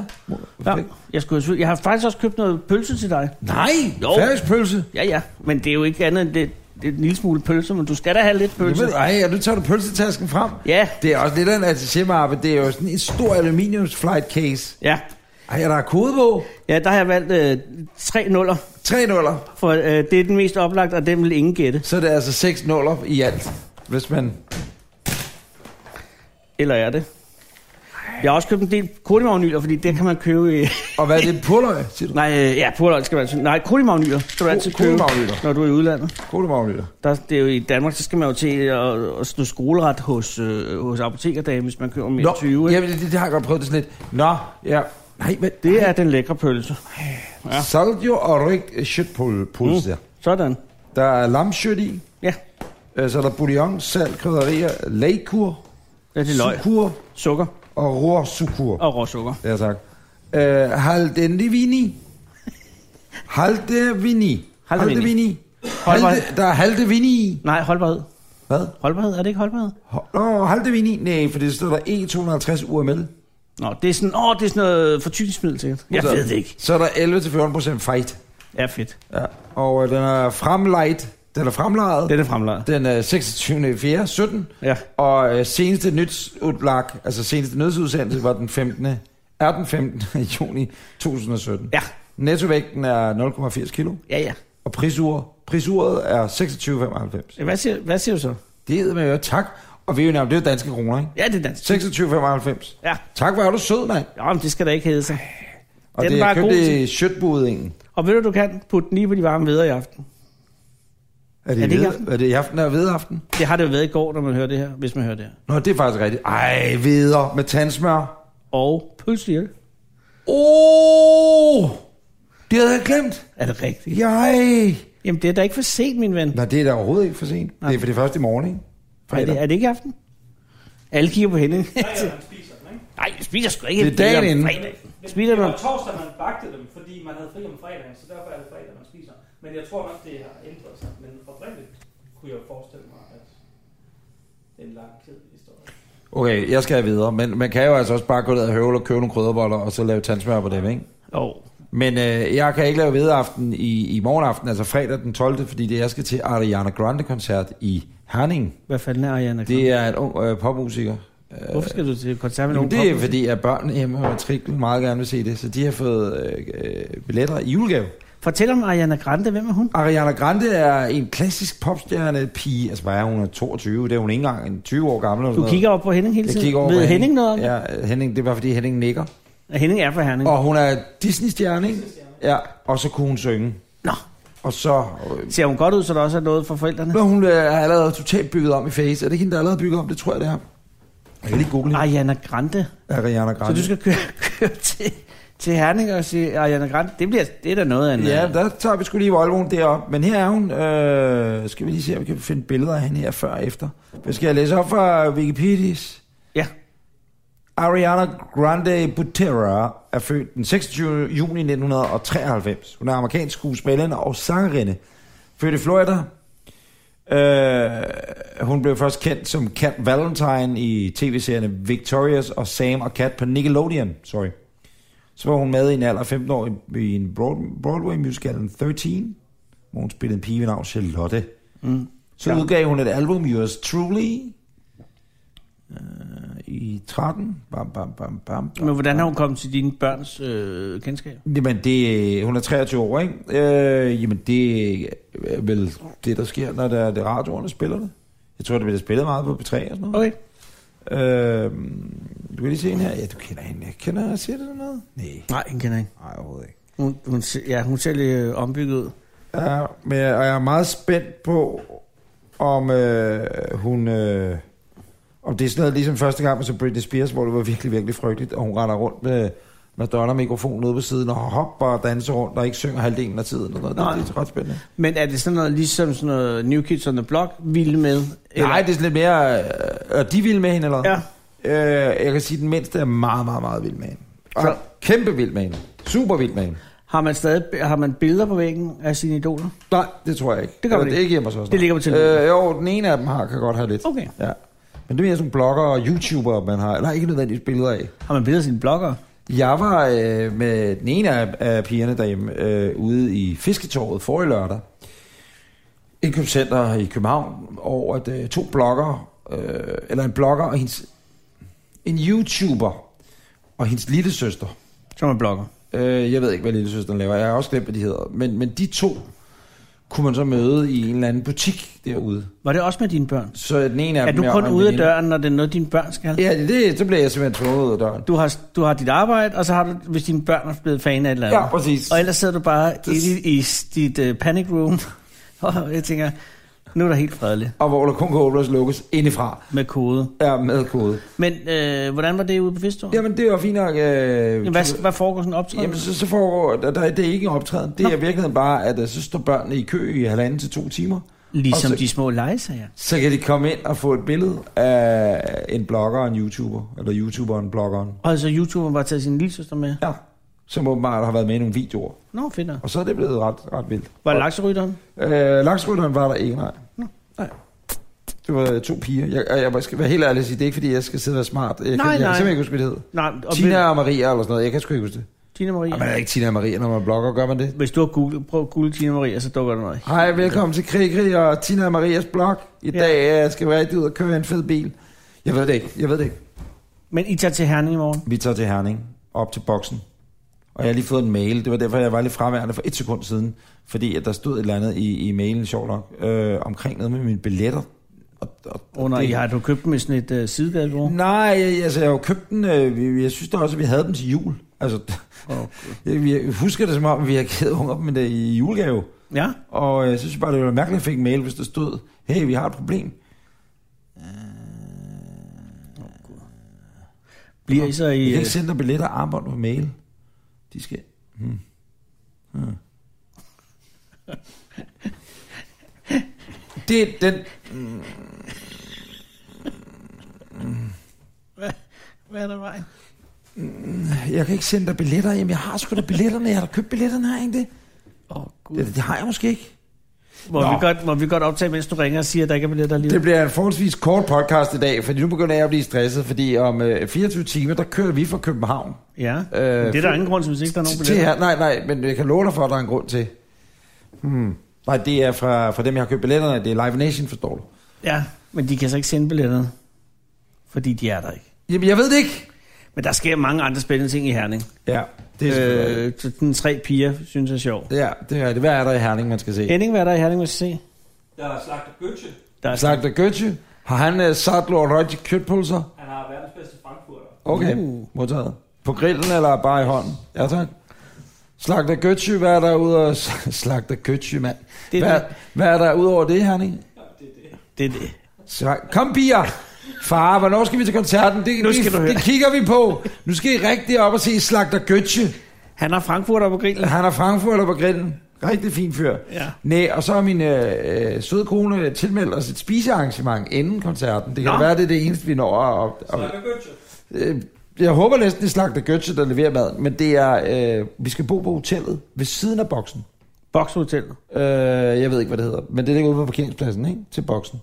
S2: ja. Jeg, skulle, selvfølgelig- jeg har faktisk også købt noget pølse til dig.
S3: Nej,
S2: Jo.
S3: færøsk pølse.
S2: Ja, ja, men det er jo ikke andet end det, det er en lille smule pølse, men du skal da have lidt pølse.
S3: Jamen, Ej, og nu tager du pølsetasken frem.
S2: Ja,
S3: Det er også lidt af en attachemappe. Det er jo sådan en stor aluminiumsflight case.
S2: ja.
S3: Ej, og der er kode på.
S2: Ja, der har jeg valgt øh, tre nuller,
S3: Tre nuller.
S2: for øh, det er den mest oplagt, og den vil ingen gætte.
S3: Så er det altså seks nuller i alt. Hvis man...
S2: Eller er det? Jeg har også købt en del kodimagnyler, fordi det kan man købe i...
S3: Og hvad er det? Purløg, siger du?
S2: Nej, øh, ja, purløg skal man... Nej, kodimagnyler skal du
S3: Ko-
S2: altid købe,
S3: kodemagnyler.
S2: når du er i udlandet.
S3: Kodemagnytter.
S2: Der, det er jo i Danmark, så skal man jo til at, at stå skoleret hos, øh, hos apotekerdame, hvis man køber mere
S3: Nå,
S2: end 20. Ja.
S3: jamen, det, det, har jeg godt prøvet det sådan lidt. Nå, ja. Nej, men
S2: Det er den lækre pølse.
S3: ja. Salgio og rigt shitpulse. Mm.
S2: Sådan.
S3: Der er lamskjøt i,
S2: Ja,
S3: øh, så er der bouillon, salt, krydderier, lægkur,
S2: det er det løg.
S3: sukur
S2: Sukker
S3: og rorsukur.
S2: og råsukker.
S3: Ja, tak. Øh, Haldendivini. Haldevini.
S2: Haldevini.
S3: Haldevini.
S2: Holdbar-
S3: Halde, der er Haldevini i.
S2: Nej, holdbarhed.
S3: Hvad?
S2: Holdbarhed, er det ikke holdbarhed?
S3: Ho- Nå, Haldevini. Nej, for det står der E E250 UML.
S2: Nå, det er sådan, åh, det er sådan noget fortykningsmiddel til. Jeg ved det ikke.
S3: Så er der 11-14% fight.
S2: Ja, fedt.
S3: Ja. Og øh, den er fremlejt. Den er fremlejet.
S2: Den er fremlejet.
S3: Den er 26. 4. 17.
S2: Ja.
S3: Og øh, seneste nyhedsudlag, altså seneste nyhedsudsendelse, var den 15. er den 15. [laughs] juni 2017.
S2: Ja,
S3: Nettovægten er 0,80 kilo.
S2: ja, ja.
S3: Og prisur, prisuret er 26,95.
S2: Hvad siger, hvad siger du så?
S3: Det hedder med jo tak. Og vi er jo nærmest, det er jo danske kroner, ikke?
S2: Ja, det er dansk.
S3: 26,95.
S2: Ja,
S3: Tak, hvor er du sød, mand.
S2: jo, men det skal da ikke hedde sig.
S3: Og
S2: Den
S3: det
S2: var
S3: er
S2: god
S3: købt i Sjøtbudingen.
S2: Og ved du, du kan putte den lige på de varme veder i aften.
S3: Er det,
S2: Er
S3: er
S2: det
S3: det,
S2: ikke
S3: ved,
S2: aften?
S3: er det i aften eller ved aften?
S2: Det har det jo været i går, når man hører det her, hvis man hører det her.
S3: Nå, det er faktisk rigtigt. Ej, videre med tandsmør.
S2: Og pølse i øl.
S3: Åh! Oh, det havde jeg glemt.
S2: Er det rigtigt?
S3: Jeg.
S2: Jamen, det er da ikke for sent, min ven.
S3: Nå, det er da overhovedet ikke for sent.
S2: Nej.
S3: Det er for det første i morgen, ikke?
S2: Er det, er det ikke i aften? Alle kigger på
S3: [laughs]
S2: Henning.
S4: Nej, ja, man spiser den, ikke?
S2: Nej, jeg spiser sgu ikke.
S3: Det er
S2: en del om
S3: dagen inden.
S2: fredagen.
S4: Men
S2: Spiser
S4: det
S2: du?
S4: var torsdag, man bagte dem, fordi man havde fri om fredagen, så derfor er det fredag, man spiser. Men jeg tror nok, det har ændret sig. Men oprindeligt kunne jeg jo forestille mig, at det er en lang, kedelig historie.
S3: Okay, jeg skal videre. Men man kan jo altså også bare gå ned og høvle og købe nogle krydderboller, og så lave tandsmør på dem, ikke?
S2: Jo.
S3: Men øh, jeg kan ikke lave vedaften i, i morgenaften, altså fredag den 12., fordi det, jeg skal til Ariana Grande-koncert i Herning.
S2: Hvad fanden er Ariana? Grande?
S3: Det er en ung øh, popmusiker. Øh,
S2: Hvorfor skal du til koncert med
S3: Jamen,
S2: nogen?
S3: det er
S2: pop-
S3: fordi, at børn hjemme og matriklen meget gerne vil se det, så de har fået øh, øh, billetter i julegave.
S2: Fortæl om Ariana Grande. Hvem er hun?
S3: Ariana Grande er en klassisk popstjerne pige. Altså, hvad er hun? hun? er 22, det er hun ikke engang en 20 år gammel. Eller
S2: Du
S3: sådan
S2: kigger op på Henning hele
S3: noget.
S2: tiden.
S3: Jeg kigger over
S2: Ved
S3: på
S2: Henning noget om det?
S3: Ja, Henning, det er bare fordi Henning nikker.
S2: Ja. Henning er fra Herning.
S3: Og hun er Disney-stjerne, ikke? Ja, og så kunne hun synge.
S2: Nå,
S3: Og så øh,
S2: ser hun godt ud, så der også er noget for forældrene?
S3: Nå, hun øh, er allerede totalt bygget om i face. Er det ikke hende, der er allerede bygget om? Det tror jeg, det er. Jeg kan lige google hende.
S2: Ariana Grande.
S3: Ariana
S2: Så
S3: Grande.
S2: du skal køre, [laughs] køre til, til Herning og se Ariana Grande. Det, bliver, det er da noget af en...
S3: Ja, der tager vi sgu lige Volvoen derop. Men her er hun. Øh, skal vi lige se, om vi kan finde billeder af hende her før og efter. Hvad skal jeg læse op fra Wikipedia's?
S2: ja.
S3: Ariana Grande Butera er født den 26. juni 1993. Hun er amerikansk skuespillerinde og sangerinde. Født i Florida. Øh, hun blev først kendt som Cat Valentine i tv-serierne Victorious og Sam og Cat på Nickelodeon. Sorry. Så var hun med i en alder af 15 år i, i en Broad- Broadway-musical 13, hvor hun spillede en pige ved navn Charlotte.
S2: Mm.
S3: Så
S2: Ja.
S3: udgav hun et album, Yours Truly, øh, i 13. Bam, bam, bam, bam, bam.
S2: Men hvordan har hun kommet til dine børns øh, kendskab?
S3: Jamen, det, hun er 23 år, ikke? Øh, jamen, det er vel det, der sker, når der, det radioerne spiller det. Jeg tror, det bliver spillet meget på P3 og sådan noget.
S2: Okay.
S3: Øh, du kan lige se hende her. Ja, du kender hende. Jeg kender jeg siger det noget? Nej,
S2: Nej, hende kender jeg ikke.
S3: nej, overhovedet ikke.
S2: Hun, hun, ser- ja, hun ser lidt øh, ombygget ud.
S3: Ja, men jeg, og jeg er meget spændt på, om øh, hun... Øh, om det er sådan noget, ligesom første gang med så Britney Spears, hvor det var virkelig, virkelig frygteligt, og hun render rundt med Madonna-mikrofonen ude på siden og hopper og danser rundt og ikke synger halvdelen af tiden. Og noget. Nej. Det, det er ret spændende.
S2: Men er det sådan noget, ligesom sådan noget New Kids on the Block ville med?
S3: Eller? Nej, det er sådan lidt mere... Øh, og de vil med hende, eller hvad?
S2: Ja.
S3: Øh, jeg kan sige, at den mindste er meget, meget, meget vild med hende. Og
S2: Så-
S3: kæmpe vild med hende. Super vild med hende.
S2: Har man stadig har man billeder på væggen af sine idoler?
S3: Nej, det tror jeg ikke.
S2: Det gør man
S3: Eller
S2: ikke.
S3: Det hjemme hos os.
S2: Det
S3: nej.
S2: ligger på telefonen.
S3: Øh, jo, den ene af dem har, kan godt have lidt.
S2: Okay.
S3: Ja. Men det er mere sådan blogger og YouTuber, man har. Eller ikke nødvendigvis billeder af.
S2: Har man billeder af sine bloggere?
S3: Jeg var øh, med den ene af, af pigerne derhjemme øh, ude i Fisketorvet forrige lørdag. Indkøbscenter i København. Over at øh, to blogger, øh, eller en blogger og hendes, en YouTuber og hendes lille søster.
S2: Som er blogger.
S3: Øh, jeg ved ikke, hvad lillesøsteren laver. Jeg har også glemt, hvad de hedder. Men, men de to kunne man så møde i en eller anden butik derude.
S2: Var det også med dine børn?
S3: Så den ene
S2: Er
S3: af dem...
S2: du
S3: jeg
S2: kun
S3: og en
S2: ude af
S3: veninde-
S2: døren, når det er noget, dine børn skal?
S3: Ja, det, så blev jeg simpelthen tvunget ud af døren.
S2: Du har, du har dit arbejde, og så har du, hvis dine børn er blevet fan af et eller andet.
S3: Ja, præcis.
S2: Og ellers sidder du bare det... i, i dit uh, panic room, [laughs] og jeg tænker, nu er der helt fredeligt
S3: Og hvor der kun kan åbnes og lukkes indefra.
S2: med kode.
S3: Ja, med kode.
S2: Men øh, hvordan var det ude på Fiståen?
S3: Jamen, det var fint nok... Øh,
S2: Jamen, hvad, hvad foregår sådan en optræden?
S3: Jamen, så, så foregår... Der, der, det er ikke en optræden. Det er i virkeligheden bare, at øh, så står børnene i kø i halvanden til to timer.
S2: ligesom
S3: og
S2: så... de små lejesager.
S3: Så kan de komme ind og få et billede af en blogger og en YouTuber. Eller YouTuberen, bloggeren.
S2: Og så YouTuberen bare taget sin lille søster med.
S3: Ja, som åbenbart har været med i nogle videoer.
S2: Nå, fedt. nok.
S3: Og så er det blevet ret, ret vildt.
S2: Var det lakserytteren?
S3: Øh, laksrytteren var der ikke, nej. nej. Det var øh, to piger. Jeg, og jeg skal være helt ærlig og sige, det er ikke fordi, jeg skal sidde og være smart. Jeg, kan,
S2: Nej,
S3: jeg
S2: nej.
S3: kan simpelthen ikke huske, hvad det hed.
S2: Nej, og
S3: Tina og Maria eller sådan noget. Jeg kan sgu ikke huske det.
S2: Tina Maria.
S3: Ja. Man er ikke Tina og Maria, når man blogger. Gør man det?
S2: Hvis du har googlet, prøv at google Tina Maria, så dukker der noget.
S3: Hej, velkommen til Krig, Krig og Tina og Marias blog. I
S2: Ja.
S3: dag øh, skal vi rigtig ud og køre i en fed bil. Jeg ved det ikke. Jeg ved det ikke.
S2: Men I tager til Herning i morgen.
S3: Vi tager til Herning, op til boksen. Og jeg har lige fået en mail, det var derfor, jeg var lidt fraværende for et sekund siden, fordi at der stod et eller andet i, i mailen, sjovt nok, øh, omkring noget med mine billetter. Og, og,
S2: Oh, nej,
S3: det,
S2: I har du købt dem i sådan et uh, sidegadebord?
S3: Nej, jeg, altså jeg har jo købt den, øh, vi- jeg synes da også, at vi havde dem til jul. Altså, [laughs]
S2: Okay.
S3: jeg, jeg husker det som om, vi har givet unger dem det i julegave.
S2: Ja,
S3: Og øh, jeg synes bare, det var mærkeligt, at jeg fik en mail, hvis der stod, hey, vi har et problem.
S2: bliver I så i...
S3: Vi kan
S2: øh,
S3: ikke sende dig billetter og armbånd på mail. De skal... Hmm. [laughs] Hmm. Det er den...
S2: Hvad er der vej?
S3: Jeg kan ikke sende dig billetter hjem. Jeg har sgu da billetterne. Jeg har da købt billetterne her, ikke det?
S2: Åh, oh, gud.
S3: Det, det har jeg måske ikke.
S2: Må
S3: Nå.
S2: vi, godt, må vi godt optage, mens du ringer og siger, at der ikke er billetter alligevel?
S3: Det bliver en forholdsvis kort podcast i dag, fordi nu begynder jeg at blive stresset, fordi om øh, 24 timer, der kører vi fra København.
S2: Ja, øh,
S3: Øh,
S2: det er der ingen grund til, hvis ikke der er nogen
S3: til
S2: billetter.
S3: her. Nej, nej, men jeg kan love dig for, at der er en grund til. Hmm. Nej, det er fra, fra dem, jeg har købt billetterne. Det er Live Nation, forstår du.
S2: Ja, men de kan så ikke sende billetterne, fordi de er der ikke.
S3: Jamen, jeg ved det ikke.
S2: Men der sker mange andre spændende ting i Herning.
S3: Ja, det er selvfølgelig rigtigt.
S2: Øh, så den tre piger synes jeg er sjov.
S3: Ja, det er det. Hvad er der i Herning, man skal se?
S2: Henning, hvad er der i Herning, man skal se?
S4: Der er slagter Götze.
S2: Der er
S3: Slagter Götze. Har han uh, sadler og røgte kødpulser?
S4: Han har verdens bedste frankfurter.
S3: Okay,
S2: Uh.
S3: uh. modtaget. På grillen eller bare i hånden? Ja, tak. Slagter Götze, hvad er der ude [laughs] og... Slagter Götze, mand.
S2: Det er
S3: Hvad,
S2: det.
S3: hvad er der ud over det, Herning?
S4: Ja, det er det.
S2: det, er det.
S3: Slag- Kom, bier! Far, hvornår skal vi til koncerten? Det,
S2: Nu skal
S3: det,
S2: du høre.
S3: det kigger vi på. Nu skal I rigtig op og se Slagter Götze.
S2: Han har Frankfurter på grillen.
S3: Han er frankfurter på grillen. Rigtig fin fyr.
S2: Ja.
S3: Næ, og så har min øh, øh, søde kone tilmeldt os et spisearrangement inden koncerten. Det kan
S2: Nå.
S3: Nå. være, det er det eneste, vi når. Og, og,
S4: Slagter Götze.
S3: øh, jeg håber næsten, det slagter Götze, der leverer mad, men det er, øh, vi skal bo på hotellet ved siden af boksen.
S2: Bokshotellet.
S3: Øh, jeg ved ikke, hvad det hedder, men det ligger ude på parkeringspladsen, ikke? Til boksen.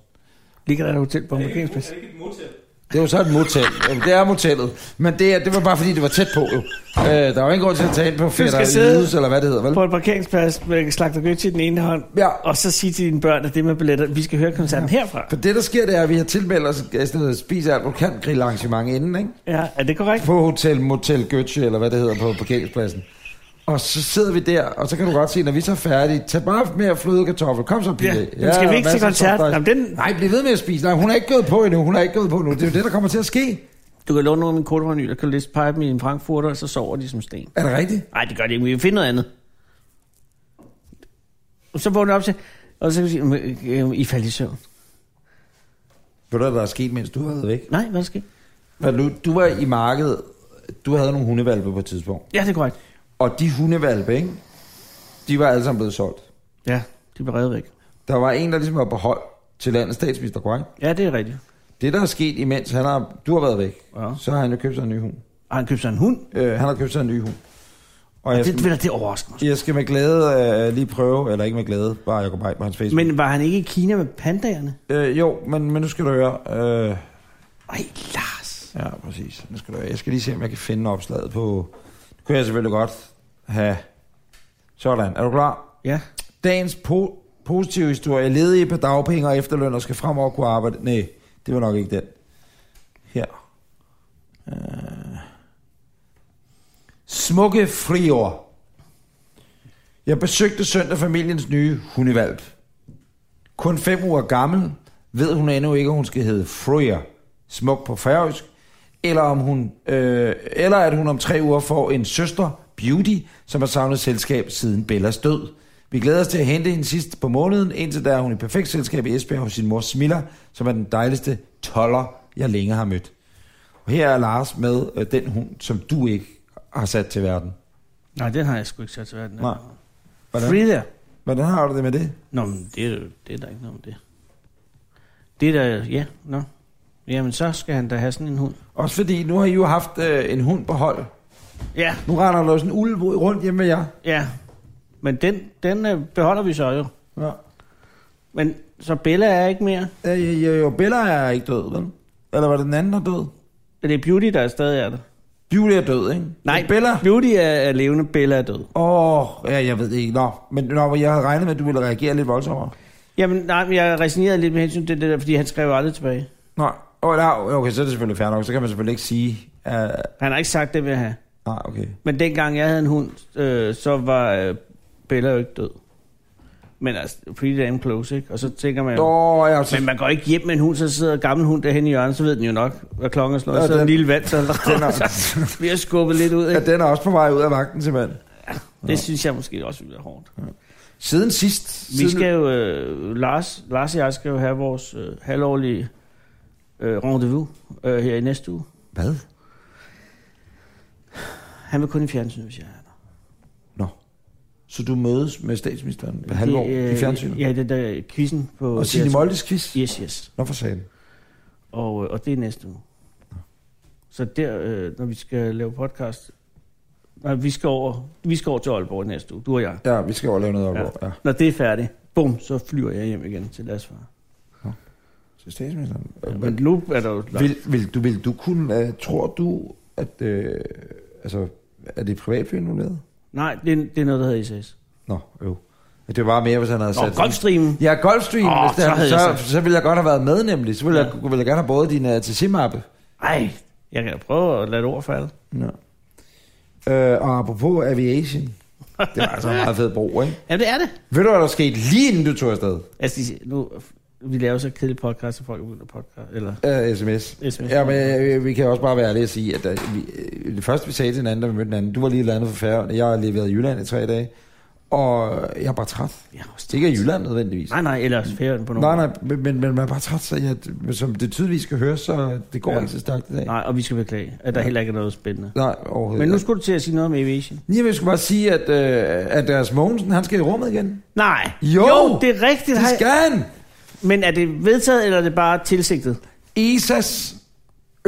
S2: Ligger der et hotel på en
S4: Er det ikke, er
S2: parkeringsplads?
S4: det ikke et motel?
S3: Det er jo så et motel. Jamen, det er motellet. Men det, er, det var bare fordi, det var tæt på jo. Øh, der var ingen grund til at tage ind på
S2: skal
S3: Fætter
S2: sidde
S3: eller hvad det hedder, vel?
S2: På en parkeringsplads med slagtergødt i den ene hånd.
S3: Ja.
S2: Og så sige til dine børn, at det med billetter, vi skal høre koncerten herfra.
S3: For det, der sker, det er, at vi har tilmeldt os et spise alt kan grill arrangement inden, ikke?
S2: Ja, er det korrekt?
S3: På Hotel Motel Götze, eller hvad det hedder, på parkeringspladsen. Og så sidder vi der, og så kan du godt se, når vi så er færdige, tag bare mere fløde kartoffel. Kom så, pige.
S2: Ja, den skal vi ikke til koncert. Jamen, den-
S3: Nej, bliv ved med at spise. Nej, hun er ikke gået på endnu. Hun er ikke gået på endnu. Det er jo det, der kommer til at ske.
S2: Du kan låne nogle af mine kortvarenyl, og kan læse pege dem i en frankfurter, og så sover de som sten.
S3: Er det rigtigt?
S2: Nej, det gør det ikke, men vi kan finde noget andet. Og så vågner jeg op til, og så kan vi sige, "Men, øh, øh, I faldt i søvn.
S3: Ved du, hvad der er sket, mens du har været væk?
S2: Nej, hvad skal
S3: Hvad du, du var i markedet, du havde nogle hundevalpe på et tidspunkt,
S2: Ja, det er korrekt.
S3: og de hundevalpe, ikke? de var alle sammen blevet solgt.
S2: Ja, de blev reddet væk.
S3: Der var en, der ligesom var på hold til landets statsminister, korrekt?
S2: Ja, det er rigtigt.
S3: Det, der er sket, imens han har, du har været væk,
S2: Ja.
S3: så har han jo købt sig en ny hund.
S2: Og han købte sig en hund.
S3: Øh, han har købt sig en ny hund. Og jeg
S2: Det,
S3: skal,
S2: det, det overrasker mig.
S3: jeg skal med glæde øh, lige prøve, eller ikke med glæde, bare jeg går bare ind på hans Facebook.
S2: Men var han ikke i Kina med pandaerne?
S3: øh, jo, men, men nu skal du høre. Øh,
S2: Ej, Lars.
S3: ja, præcis. Nu skal du høre. Jeg skal lige se, om jeg kan finde opslaget på... Det kunne jeg selvfølgelig godt have. Sådan, er du klar?
S2: Ja.
S3: Dagens po- positive historie. Ledige på dagpenge og efterløn og skal fremover kunne arbejde. Nej, det var nok ikke den. Her. Øh. Smukke friår. Jeg besøgte søndag familiens nye hundevalp. Kun fem uger gammel ved hun endnu ikke, om hun skal hedde Frøya, smuk på færøsk, eller, om hun, øh, eller at hun om tre uger får en søster, Beauty, som har savnet selskab siden Bellas død. Vi glæder os til at hente hende sidst på måneden, indtil der er hun i perfekt selskab i Esbjerg hos sin mor Smilla, som er den dejligste toller, jeg længe har mødt. Og her er Lars med øh, den hund, som du ikke har sat til verden.
S2: Nej, den har jeg sgu ikke sat til verden.
S3: Nej. Hvordan,
S2: Frida.
S3: hvordan har du det med det?
S2: Nå, men det er, det er der ikke noget om det. Det er der, ja, nå. Jamen, så skal han da have sådan en hund.
S3: Også fordi, nu har I jo haft øh, en hund på hold.
S2: Ja,
S3: Nu render der jo sådan en ulv rundt hjemme med jer.
S2: ja. Men den, den øh, beholder vi så jo.
S3: Ja.
S2: Men så Bella er ikke mere.
S3: Øh, jo, jo, Bella er ikke død, vel? Eller var det den anden, der er død?
S2: Er det Beauty, der er stadig er der?
S3: Beauty er død, ikke? Men Bella?
S2: Beauty er, er levende, Bella er død.
S3: Åh, oh, ja, jeg ved det ikke. Nå, men nå, jeg havde regnet med, at du ville reagere lidt voldsommere.
S2: Jamen, nej, men jeg resignerede lidt med hensyn til det der, fordi han skrev aldrig tilbage.
S3: Nej, oh, nej, okay, så er det selvfølgelig fair nok. Så kan man selvfølgelig ikke sige... Uh,
S2: Han har ikke sagt det, vil jeg have.
S3: nej, okay.
S2: Men dengang jeg havde en hund, øh, så var øh, Bella jo ikke død. Men altså, pretty damn close, ikke? Og så tænker man jo,
S3: Nå, ja, så, [laughs]
S2: men man går ikke hjem med en hund, så sidder en gammel hund derhen i hjørnet, så ved den jo nok, hvad klokken er slået.
S3: Ja,
S2: Ja, så er
S3: den-
S2: en lille vand, [laughs] så
S3: den er,
S2: vi har skubbet lidt ud,
S3: ja,
S2: ikke?
S3: den er også på vej ud af vagten, simpelthen.
S2: Det synes jeg måske også ville være hårdt.
S3: Siden sidst...
S2: Vi
S3: siden,
S2: skal jo, øh, Lars, Lars og jeg skal jo have vores øh, halvårlige øh, rendezvous øh, her i næste uge.
S3: Hvad?
S2: Han vil kun i fjernsynet, hvis jeg er der.
S3: Nå. Så du mødes med statsministeren ved halvår
S2: Det, øh,
S3: i fjernsynet?
S2: Ja, det der quizzen på...
S3: Og Signe
S2: DR2.
S3: Moldes quiz?
S2: Yes, yes.
S3: Nå, for sagen.
S2: Og, øh, og det er næste uge. Så der, øh, når vi skal lave podcast... Nej, vi skal, over, vi skal over til Aalborg næste uge, du og jeg.
S3: Ja, vi skal jo lave noget op. Ja. ja.
S2: Når det er færdigt, bum, så flyver jeg hjem igen til deres far.
S3: Til statsministeren.
S2: Ja,
S3: Øh,
S2: men
S3: Men,
S2: nu er der jo...
S3: vil, vil, du, vil du kunne, uh, tror du, at, øh, altså, er det privatfly involveret?
S2: Nej, det er, det er noget, der hedder ISS.
S3: Nå, jo. Det var bare mere, hvis han havde
S2: Nå,
S3: sat...
S2: Golfstreamen.
S3: Ja, Golfstream,
S2: Åh,
S3: oh, hvis det,
S2: så
S3: så,
S2: havde
S3: så,
S2: jeg
S3: så, ville jeg godt have været med nemlig. Så ville,
S2: Ja.
S3: ja. jeg, ville jeg gerne have både din uh, TC-mappe.
S2: Ej, jeg kan da prøve at lade et ord falde.
S3: Ja. Øh, og apropos aviation, [laughs] det var altså en meget fed bro, ikke?
S2: Ja, det er det.
S3: Ved du, hvad der skete lige inden du tog afsted?
S2: Altså, de- nu, vi laver så kedelig podcast, så folk er begyndt at podcast. Eller,
S3: Uh, sms.
S2: SMS.
S3: Ja, men øh, vi kan også bare være ærlige og sige, at uh, vi, øh, det første, vi sagde til hinanden, da vi mødte hinanden, du var lige landet for færre, jeg har lige været i Jylland i tre dage, og jeg er bare træt. Altså,
S2: ja, også
S3: Det er ikke af Jylland nødvendigvis.
S2: Nej, nej, eller færøen på nogen.
S3: Nej, nej, men, men men man er bare træt, så jeg, men som det tydeligvis skal høre, så det går
S2: Ja.
S3: ja. ikke så stærkt i dag.
S2: Nej, og vi skal beklage, at der
S3: Ja.
S2: heller ikke er noget spændende.
S3: Nej overhovedet
S2: Men nu
S3: ikke.
S2: skulle du til at sige noget om aviation.
S3: Lige vil jeg skulle bare sige, at, øh, at deres Mogensen, han skal i rummet igen.
S2: Nej.
S3: Jo!
S2: jo det er rigtigt.
S3: Det
S2: Hej.
S3: skal han!
S2: Men er det vedtaget, eller er det bare tilsigtet?
S3: ESA's E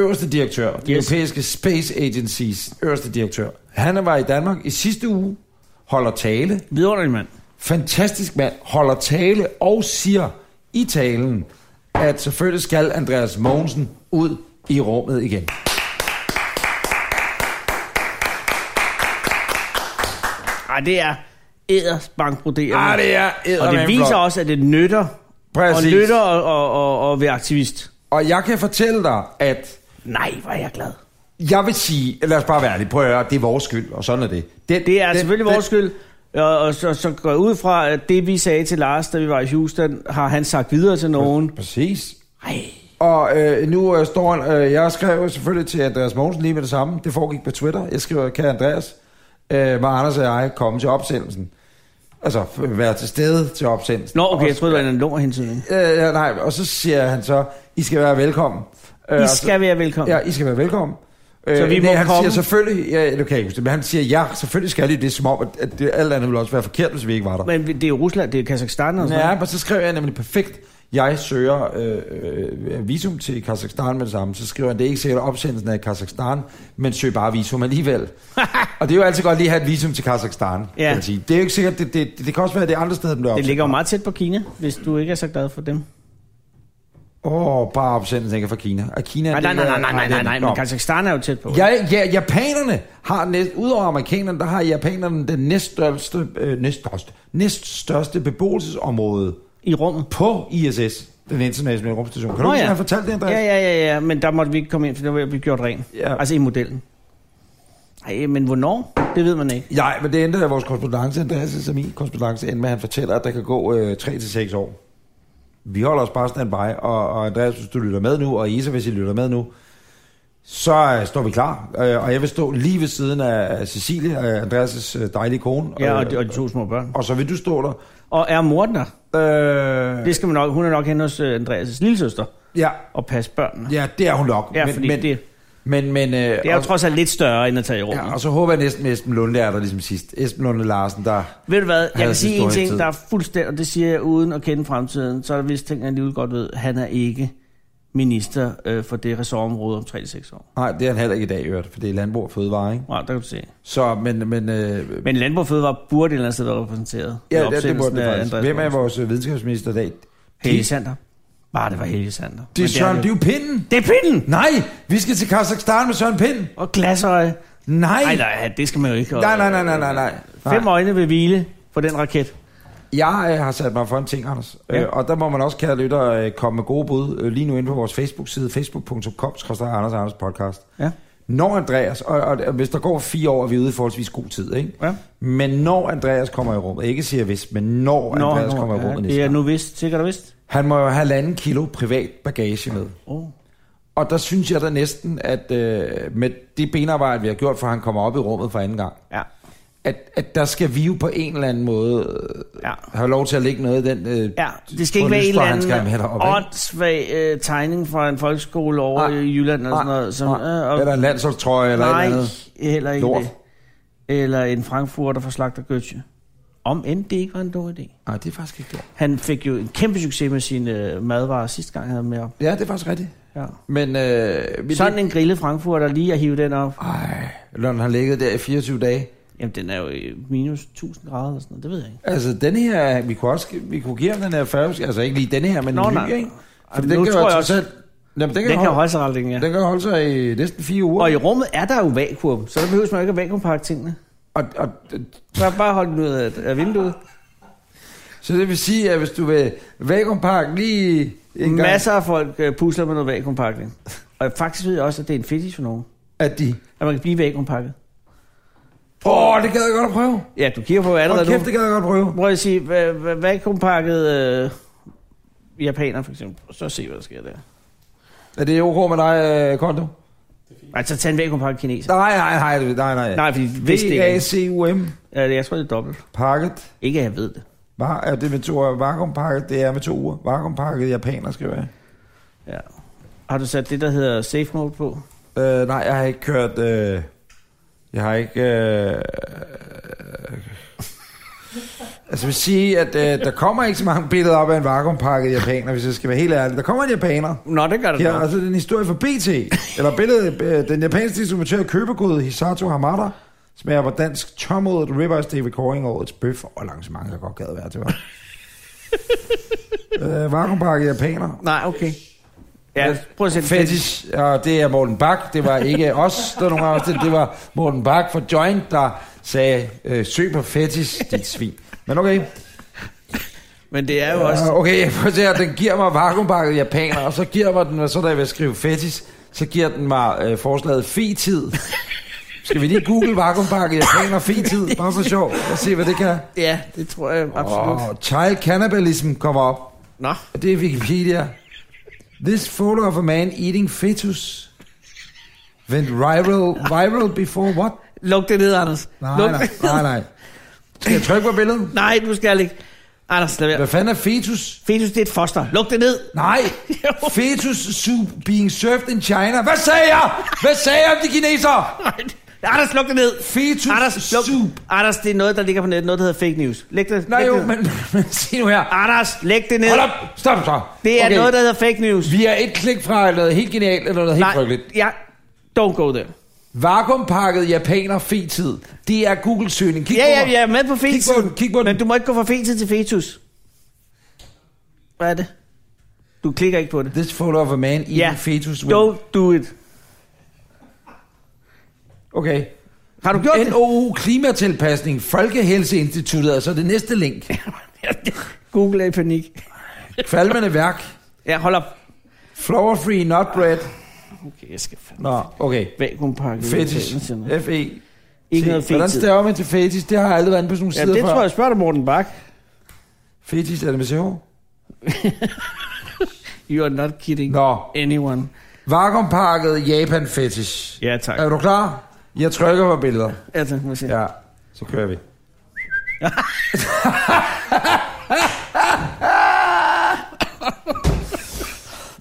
S3: øverste direktør, yes. det
S2: Yes.
S3: europæiske Space Agency's øverste direktør, han var i Danmark i sidste uge, holder tale,
S2: Vidunderlig mand.
S3: fantastisk mand, holder tale og siger i talen, at selvfølgelig skal Andreas Mogensen ud i rummet igen.
S2: Ej, det er ædersbankbroderende.
S3: Ah, det er
S2: og det
S3: eddermame
S2: viser
S3: flot.
S2: også, at det nytter.
S3: Præcis.
S2: Og nytter at, at, at, at være aktivist.
S3: Og jeg kan fortælle dig, at
S2: Nej, hvor er jeg glad.
S3: jeg vil sige, lad os bare være ærlige, prøv at høre, det er vores skyld, og sådan er det. Den,
S2: Det er
S3: den-
S2: selvfølgelig
S3: den-
S2: vores skyld. Og, og så, så går jeg ud fra, at det vi sagde til Lars, da vi var i Houston, har han sagt videre til nogen.
S3: Præcis.
S2: Ej,
S3: Og øh, nu øh, står han, øh, jeg skrev jo selvfølgelig til Andreas Mogensen lige med det samme. Det foregik på Twitter. Jeg skriver, kan Andreas, øh, var Anders og jeg komme til opsendelsen? Altså, f- være til stede til opsendelsen.
S2: Nå, okay, jeg
S3: Og-
S2: troede, det var en lummerhensynning.
S3: Øh, ja, nej, og så siger han så, I skal være velkommen. Øh,
S2: I
S3: og
S2: skal være velkommen.
S3: Ja, I skal være velkommen.
S2: Så
S3: Øh,
S2: vi
S3: det,
S2: må
S3: han
S2: komme?
S3: siger selvfølgelig, ja, det kan jeg ikke huske det, men han siger, ja, selvfølgelig skal I det, som om, at, at det, alt andet ville også være forkert, hvis vi ikke var der.
S2: Men det er jo Rusland, det er Kazakhstan og sådan
S3: Ja,
S2: noget.
S3: men så skrev jeg nemlig perfekt, jeg søger øh, øh, visum til Kazakhstan med det samme. Så skriver han, det er ikke sikkert opsendelsen er i Kazakhstan, men søg bare
S2: [laughs]
S3: visum alligevel. og det er jo altid godt lige at have et visum til Kazakhstan, ja.
S2: Ja.
S3: kan man sige. Det er jo ikke sikkert, det, det, det, det kan også være, at det er andre steder, den bliver
S2: Det
S3: opsendt.
S2: ligger jo meget tæt på Kina, hvis du ikke er så glad for dem.
S3: Åh, oh, bare opsendelsen ikke er fra Kina. Og Kina
S2: Nej, nej, nej, nej, nej, nej, nej, nej,
S3: Nå.
S2: men Kazakhstan er jo tæt på.
S3: Ja, ja, japanerne har næst, udover amerikanerne, der har japanerne den næststørste, øh, næststørste, næststørste beboelsesområde
S2: I rummet.
S3: på ISS, den internationale rumstation. Kan du
S2: Nå
S3: huske,
S2: ja.
S3: at han fortalte det, Andreas?
S2: Ja, ja, ja, ja, men der måtte vi ikke komme ind, for der var jeg blevet gjort ren.
S3: Ja.
S2: Altså i modellen. Ej, men hvornår? Det ved man ikke.
S3: Nej, men det endte af vores korrespondence, Andreas' og min korrespondence, endte med, at han fortæller, at der kan gå øh, 3-6 år. Vi holder os bare standby, og, og Andreas, hvis du lytter med nu, og Isa, hvis I lytter med nu, så øh, står vi klar. Øh, og jeg vil stå lige ved siden af af Cecilie, øh, Andreas' øh, dejlige kone.
S2: Ja, og
S3: øh,
S2: de, og de to små børn.
S3: og så vil du stå der.
S2: Og er mor der?
S3: Øh,
S2: Det skal man nok, hun er nok hen hos øh, Andreas' lillesøster
S3: ja,
S2: og passe børnene.
S3: ja, det er hun nok.
S2: Ja, fordi
S3: men,
S2: det,
S3: men, men, øh,
S2: det er jo
S3: og,
S2: trods alt lidt større, end at tage i rummet.
S3: ja, og så håber jeg næsten, at Esben Lunde er der ligesom sidst. Esben Lunde Larsen, der...
S2: Ved du hvad, jeg
S3: havde
S2: kan sige en
S3: historisk
S2: ting,
S3: tid.
S2: der er fuldstændig, og det siger jeg uden at kende fremtiden, så er der vist ting, jeg alligevel godt ved. Han er ikke minister øh, for det ressortområde om 3-6 år.
S3: Nej, det er han heller ikke i dag, i øvrigt, for det er landbrug og fødevare, ikke?
S2: Wow, der kan du se.
S3: Så, men, men, øh,
S2: Men Landbrug og Fødevare burde et eller andet sted være repræsenteret. ved
S3: ja, ja, det
S2: opsendelsen
S3: burde det
S2: af
S3: faktisk.
S2: Andreas
S3: Hvem er
S2: Mogensen.
S3: vores øh, videnskabsminister i dag?
S2: Helge Sander. Bare det var Helge Sander. Men
S3: Det er Søren,
S2: det.
S3: det er jo pinden!
S2: Det er pinden!
S3: Nej, vi skal til Kazakhstan med Søren Pind!
S2: Og glasøje.
S3: Nej!
S2: Nej, nej, det skal man jo ikke. Og,
S3: Nej, nej, nej, nej, nej, nej.
S2: Fem
S3: Nej.
S2: øjne vil hvile på den raket.
S3: Jeg øh, har sat mig for en ting, Anders.
S2: Ja.
S3: Ja. Øh, og der må man også, kære lytter, øh, komme med gode bud øh, lige nu inde på vores Facebook-side, facebook.com, Anders Anders podcast.
S2: Ja.
S3: Når Andreas, og, og, og hvis der går fire år, er vi ude i forholdsvis god tid, ikke?
S2: Ja.
S3: Men når Andreas kommer i rummet, ikke siger hvis, men når,
S2: Nå,
S3: når Andreas
S2: nå,
S3: kommer i
S2: ja,
S3: rummet
S2: Det
S3: næste
S2: er
S3: gang.
S2: nu vist, sikkert og vist.
S3: Han må jo have halvanden kilo privat bagage med.
S2: Oh.
S3: Og der synes jeg da næsten, at øh, med det benarbejde, vi har gjort, for han kommer op i rummet for anden gang,
S2: Ja.
S3: at, at der skal vi jo på en eller anden måde øh,
S2: Ja.
S3: have lov til at lægge noget i den... Øh,
S2: Ja, det skal
S3: på
S2: ikke være en
S3: lysstrøm,
S2: eller
S3: han skal have med
S2: anden
S3: deroppe, ikke?
S2: åndssvag øh, tegning fra en folkeskole over
S3: Nej,
S2: i Jylland eller
S3: Nej,
S2: sådan noget. Som,
S3: nej.
S2: øh, og,
S3: Eller en landsholdstrøje eller et
S2: nej,
S3: eller andet.
S2: heller ikke
S3: Lort.
S2: det. Eller en frankfurter fra Slagter Götze. Om end det ikke var en dårlig idé.
S3: Nej, det er faktisk ikke det.
S2: Han fik jo en kæmpe succes med sine øh, madvarer sidste gang, han havde med op.
S3: Ja, det er faktisk rigtigt.
S2: Ja.
S3: Men... Øh, men
S2: Sådan en grillet frankfurter, lige at hive den op.
S3: Det, ej, når den har ligget der i 24 dage.
S2: Jamen, den er jo i minus 1000 grader eller sådan noget, det ved jeg ikke.
S3: Altså, den her, vi kunne også, vi kunne give ham den her 40, altså ikke lige den her, men
S2: Nå,
S3: en
S2: nej.
S3: ny, ikke?
S2: Ej,
S3: For den
S2: nu
S3: kan jo
S2: tror jeg
S3: trods
S2: også-
S3: alt- Jamen, den
S2: Den
S3: kan,
S2: kan
S3: holde,
S2: holde sig aldrig, ja.
S3: den kan holde sig i næsten fire uger.
S2: Og i rummet er der jo vakuum, så der behøver man jo ikke at vakuumpakke tingene.
S3: Og, og,
S2: Så bare hold den ud af, af vinduet.
S3: så det vil sige, at hvis du vil vakuumpakke lige en gang,
S2: Masser af folk øh, pusler med noget vakuumpakning. Og faktisk ved jeg også, at det er en fetish for nogen.
S3: at de...
S2: At man kan blive vakuumpakket.
S3: Åh, oh, det gad jeg godt at prøve.
S2: Ja, du kigger på
S3: Hold
S2: allerede
S3: kæft,
S2: nu.
S3: det gad jeg godt at prøve.
S2: Prøv at sige, va- va- vakuumpakket øh, japaner for eksempel. Så se, hvad der sker der.
S3: Er det ok med dig, øh, Kondo?
S2: Altså, tag en vakuumpakket kineser.
S3: Nej, nej, nej, nej, nej. nej.
S2: Nej, fordi hvis det ikke
S3: V-A-C-U-M.
S2: er... Ja, Jeg tror, det er dobbelt.
S3: Pakket.
S2: Ikke, at jeg ved det.
S3: Var, er det med to uger? Vakuumpakket, det er med to uger. Vakuumpakket japaner, skriver jeg.
S2: Ja. Har du sat det, der hedder safe mode på?
S3: Øh, nej, jeg har ikke kørt... Øh, jeg har ikke... Øh, Altså, jeg vil sige, at øh, der kommer ikke så mange billeder op af en vakuumpakket japaner, hvis jeg skal være helt ærlig. Der kommer en japaner.
S2: Nå, det gør det
S3: Ja,
S2: nok.
S3: altså den historie fra BT. Eller billedet, øh, den japanske distributør af købegod Hisato Hamada smager på dansk tommodet ribeyes David Coring årets bøf og arrangement, der godt gad være til, var. øh, vakuumpakket japaner.
S2: Nej, okay. Ja, prøv at sætte
S3: Fetish, og det er Morten Bak. Det var ikke os, der er nogen af os, det, det var Morten Bak fra Joint, der sagde, øh, søg på fetish, dit svin. Men okay.
S2: Men det er jo også...
S3: Ja, okay, prøv at se her. Den giver mig vakuumpakket japaner, og så giver mig den, så da jeg vil skrive fetis, så giver den mig øh, forslaget fetid. Skal vi lige google vakuumpakket japaner fetid, bare for sjov, og se, hvad det kan.
S2: Ja, det tror jeg absolut.
S3: Og child cannibalism kommer op.
S2: Nå.
S3: Og det er Wikipedia. This photo of a man eating fetus went viral, viral before what?
S2: Luk det ned, Anders.
S3: Nej,
S2: Luk
S3: nej,
S2: det ned.
S3: nej, nej. Skal jeg trykke på billedet?
S2: Nej, du skal ikke. Anders, lad være.
S3: Hvad fanden er fetus?
S2: Fetus, det er et foster. Luk det ned.
S3: Nej,
S2: Jo.
S3: fetus soup being served in China. Hvad sagde jeg? Hvad sagde jeg om de kinesere?
S2: Nej. Anders, luk det ned.
S3: Fetus
S2: Anders, luk.
S3: soup.
S2: Anders, det er noget, der ligger på nettet. Noget, der hedder fake news. Læg det,
S3: Nej
S2: læg
S3: jo,
S2: det ned.
S3: men, [laughs] men sig nu her.
S2: Anders, læg det ned.
S3: Hold op, stop så.
S2: Det er noget, der hedder fake news.
S3: Vi er et klik fra noget helt genialt eller noget helt frygteligt.
S2: ja. Don't go there.
S3: Vakuumpakket japaner fetid. Det er Google-søgning. Kig
S2: Ja,
S3: på
S2: ja,
S3: mig.
S2: jeg er med på
S3: Kig
S2: fetus.
S3: på den, kig på den.
S2: Men du må ikke gå fra fetus til fetus. Hvad er det? Du klikker ikke på det.
S3: This photo of a man eating
S2: Ja.
S3: fetus. with-
S2: Don't do it.
S3: Okay.
S2: Har du gjort det?
S3: NOU Klimatilpasning, Folkehelseinstituttet, altså det næste
S2: [laughs]
S3: link.
S2: Google er i panik.
S3: Kvalmende værk.
S2: Ja, hold op.
S3: Flour-free nut bread.
S2: Okay, jeg skal fandme
S3: Nå, okay.
S2: vakuumpakke.
S3: Fetish. F-E.
S2: Ikke noget
S3: Hvordan
S2: fetish.
S3: staver man til fetish? Det har jeg aldrig været inde på sådan nogle
S2: Ja,
S3: sider
S2: det
S3: før.
S2: tror jeg, spørger dig, Morten Bak.
S3: Fetish, er det med CH?
S2: You are not kidding
S3: Nå.
S2: anyone.
S3: Vakuumpakket Japan fetish.
S2: Ja, tak.
S3: Er du klar? Jeg trykker på billeder.
S2: Ja, tak. Må jeg se.
S3: Ja, så kører vi. [laughs]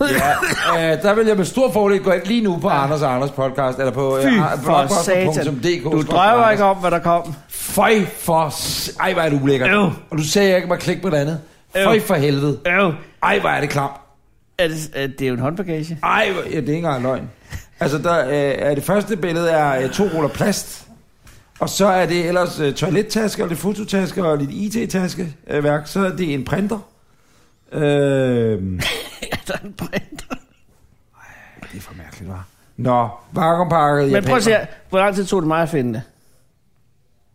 S3: ja, øh, der vil jeg med stor fordel gå ind lige nu på Anders og Anders podcast, eller på
S2: Fy
S3: øh,
S2: for satan. Du drømmer ikke om, hvad der kom.
S3: Føj for... s- Ej, hvor er det ulækkert.
S2: Øv.
S3: Og du sagde, jeg ikke må klikke på det andet.
S2: Øv.
S3: Føj for helvede.
S2: Øv.
S3: Ej, hvor er det klamt.
S2: Er det, er det er jo en håndbagage.
S3: Ej, hvor- ja, det er ikke engang løgn. Altså, der, øh, er det første billede er øh, to ruller plast, og så er det ellers øh, toilettasker, og lidt fototasker og lidt IT-taskeværk. så er det en printer. Øh, det
S2: Ja, der er en printer.
S3: er for mærkeligt, hva'? Nå, vakuumpakket
S2: Men prøv at se,
S3: japaner.
S2: her. hvor lang tid tog det mig at finde det?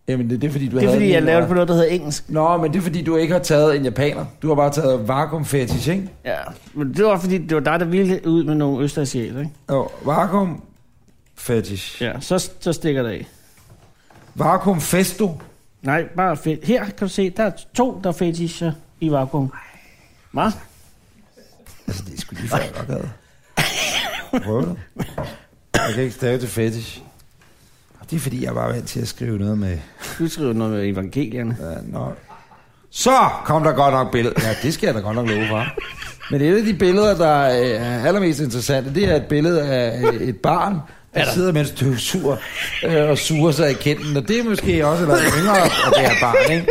S3: Jamen, det, det er fordi, du
S2: Det er
S3: havde
S2: fordi,
S3: den
S2: jeg
S3: i-
S2: lavede det på noget, der hedder engelsk.
S3: Nå, men det er fordi, du ikke har taget en japaner. Du har bare taget vakuumfetish, ikke?
S2: Ja, men det var fordi, det var dig, der ville ud med nogle østerasiater, ikke?
S3: Jo, vakuumfetish.
S2: Ja, så, så stikker det af.
S3: Vakuumfesto.
S2: Nej, bare fedt. Her kan du se, der er to, der er fetisher i vakuum. Hva?
S3: Altså, det er sgu lige før, jeg godt havde. Prøv det. Jeg kan ikke stave til fetish. Og det er fordi, jeg er bare vant til at skrive noget med...
S2: Du skriver noget med evangelierne.
S3: Uh, no. Så kom der godt nok billeder. Ja, det skal jeg da godt nok love for. Men et af de billeder, der øh, er allermest interessante, det er et billede af øh, et barn, der sidder med en støvsuger øh, og suger sig i kinden. Og det er måske også noget yngre af det her barn, ikke?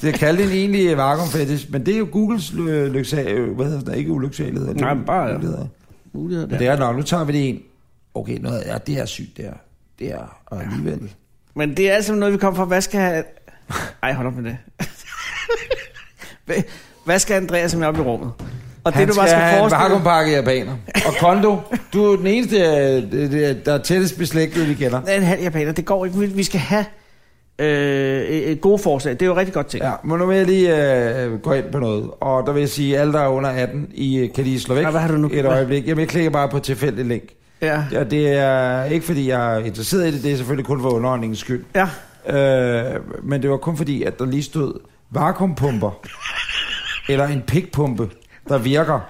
S3: Det kalder en egentlig vakuum fetish, men det er jo Googles øh, lyksa- øh, hvad hedder det, ikke ulyksalighed.
S2: Nej, men bare-
S3: Muligheder.
S2: Muligheder
S3: Ja.
S2: der.
S3: Det er nok. Nu tager vi det en. Okay, noget, ja, det er sygt, det er. Det er og alligevel.
S2: Men det er altså noget, vi kommer fra. Hvad skal... have- Ej, hold op med det. Hvad- Hvad skal Andreas med op i rummet? Og det, du bare skal,
S3: have en
S2: forestille
S3: vakuumpakke japaner. Og Kondo, du er den eneste, øh, det- det- der er tættest beslægtet, vi kender.
S2: dig, en halv japaner, det går ikke. Vi- Vi skal have øh, et gode forslag. Det er jo rigtig godt ting. Ja.
S3: Ja, men nu vil jeg lige øh, gå ind på noget. Og der vil jeg sige, at alle, der er under 18, I øh, kan lige slå væk
S2: Nå, hvad har du nu-
S3: et øjeblik. Jamen, jeg klikker bare på et tilfældigt link.
S2: Ja.
S3: Ja, det er ikke, fordi jeg er interesseret i det. Det er selvfølgelig kun for underholdningens skyld.
S2: ja.
S3: Øh, men det var kun fordi, at der lige stod vakuumpumper, eller en pikpumpe, der virker.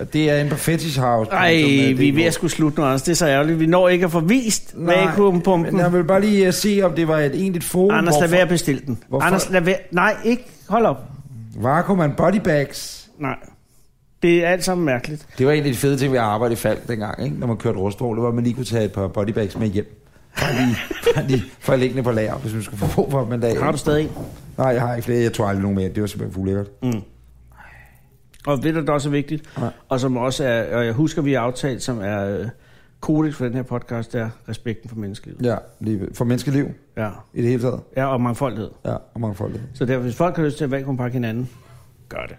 S3: Og det er inde på Fetish House.
S2: Ej, vi er ved at skulle slutte nu, Anders. Det er så ærgerligt. Vi når ikke at få vist
S3: Men
S2: vakuumpumpen.
S3: jeg vil bare lige øh, se, om det var et egentligt forum.
S2: Anders, lad
S3: hvorfor-
S2: være at bestille den.
S3: Hvorfor?
S2: Anders, lad være. Nej, ikke. Hold op.
S3: Vakuum and bodybags.
S2: Nej. Det er alt sammen mærkeligt.
S3: Det var egentlig et fede ting, vi arbejdede i Falk dengang, ikke? når man kørte rustrål. Det var, at man lige kunne tage et par bodybags med hjem. Bare lige, bare lige for at lægge den på lager, hvis man skulle få brug for dem en dag.
S2: Har du stadig en?
S3: Nej, jeg har ikke flere. Jeg tror aldrig nogen mere. Det var simpelthen for ulækkert.
S2: Mm. Og ved du, der også er vigtigt,
S3: Nej.
S2: og som også er, og jeg husker, vi har aftalt, som er øh, kodex for den her podcast, det er respekten for menneskelivet.
S3: Ja, lige for menneskeliv
S2: Ja.
S3: i det hele taget.
S2: ja, og mangfoldighed.
S3: Ja, og mangfoldighed.
S2: Så derfor, hvis folk har lyst til at vakuumpakke hinanden, gør det.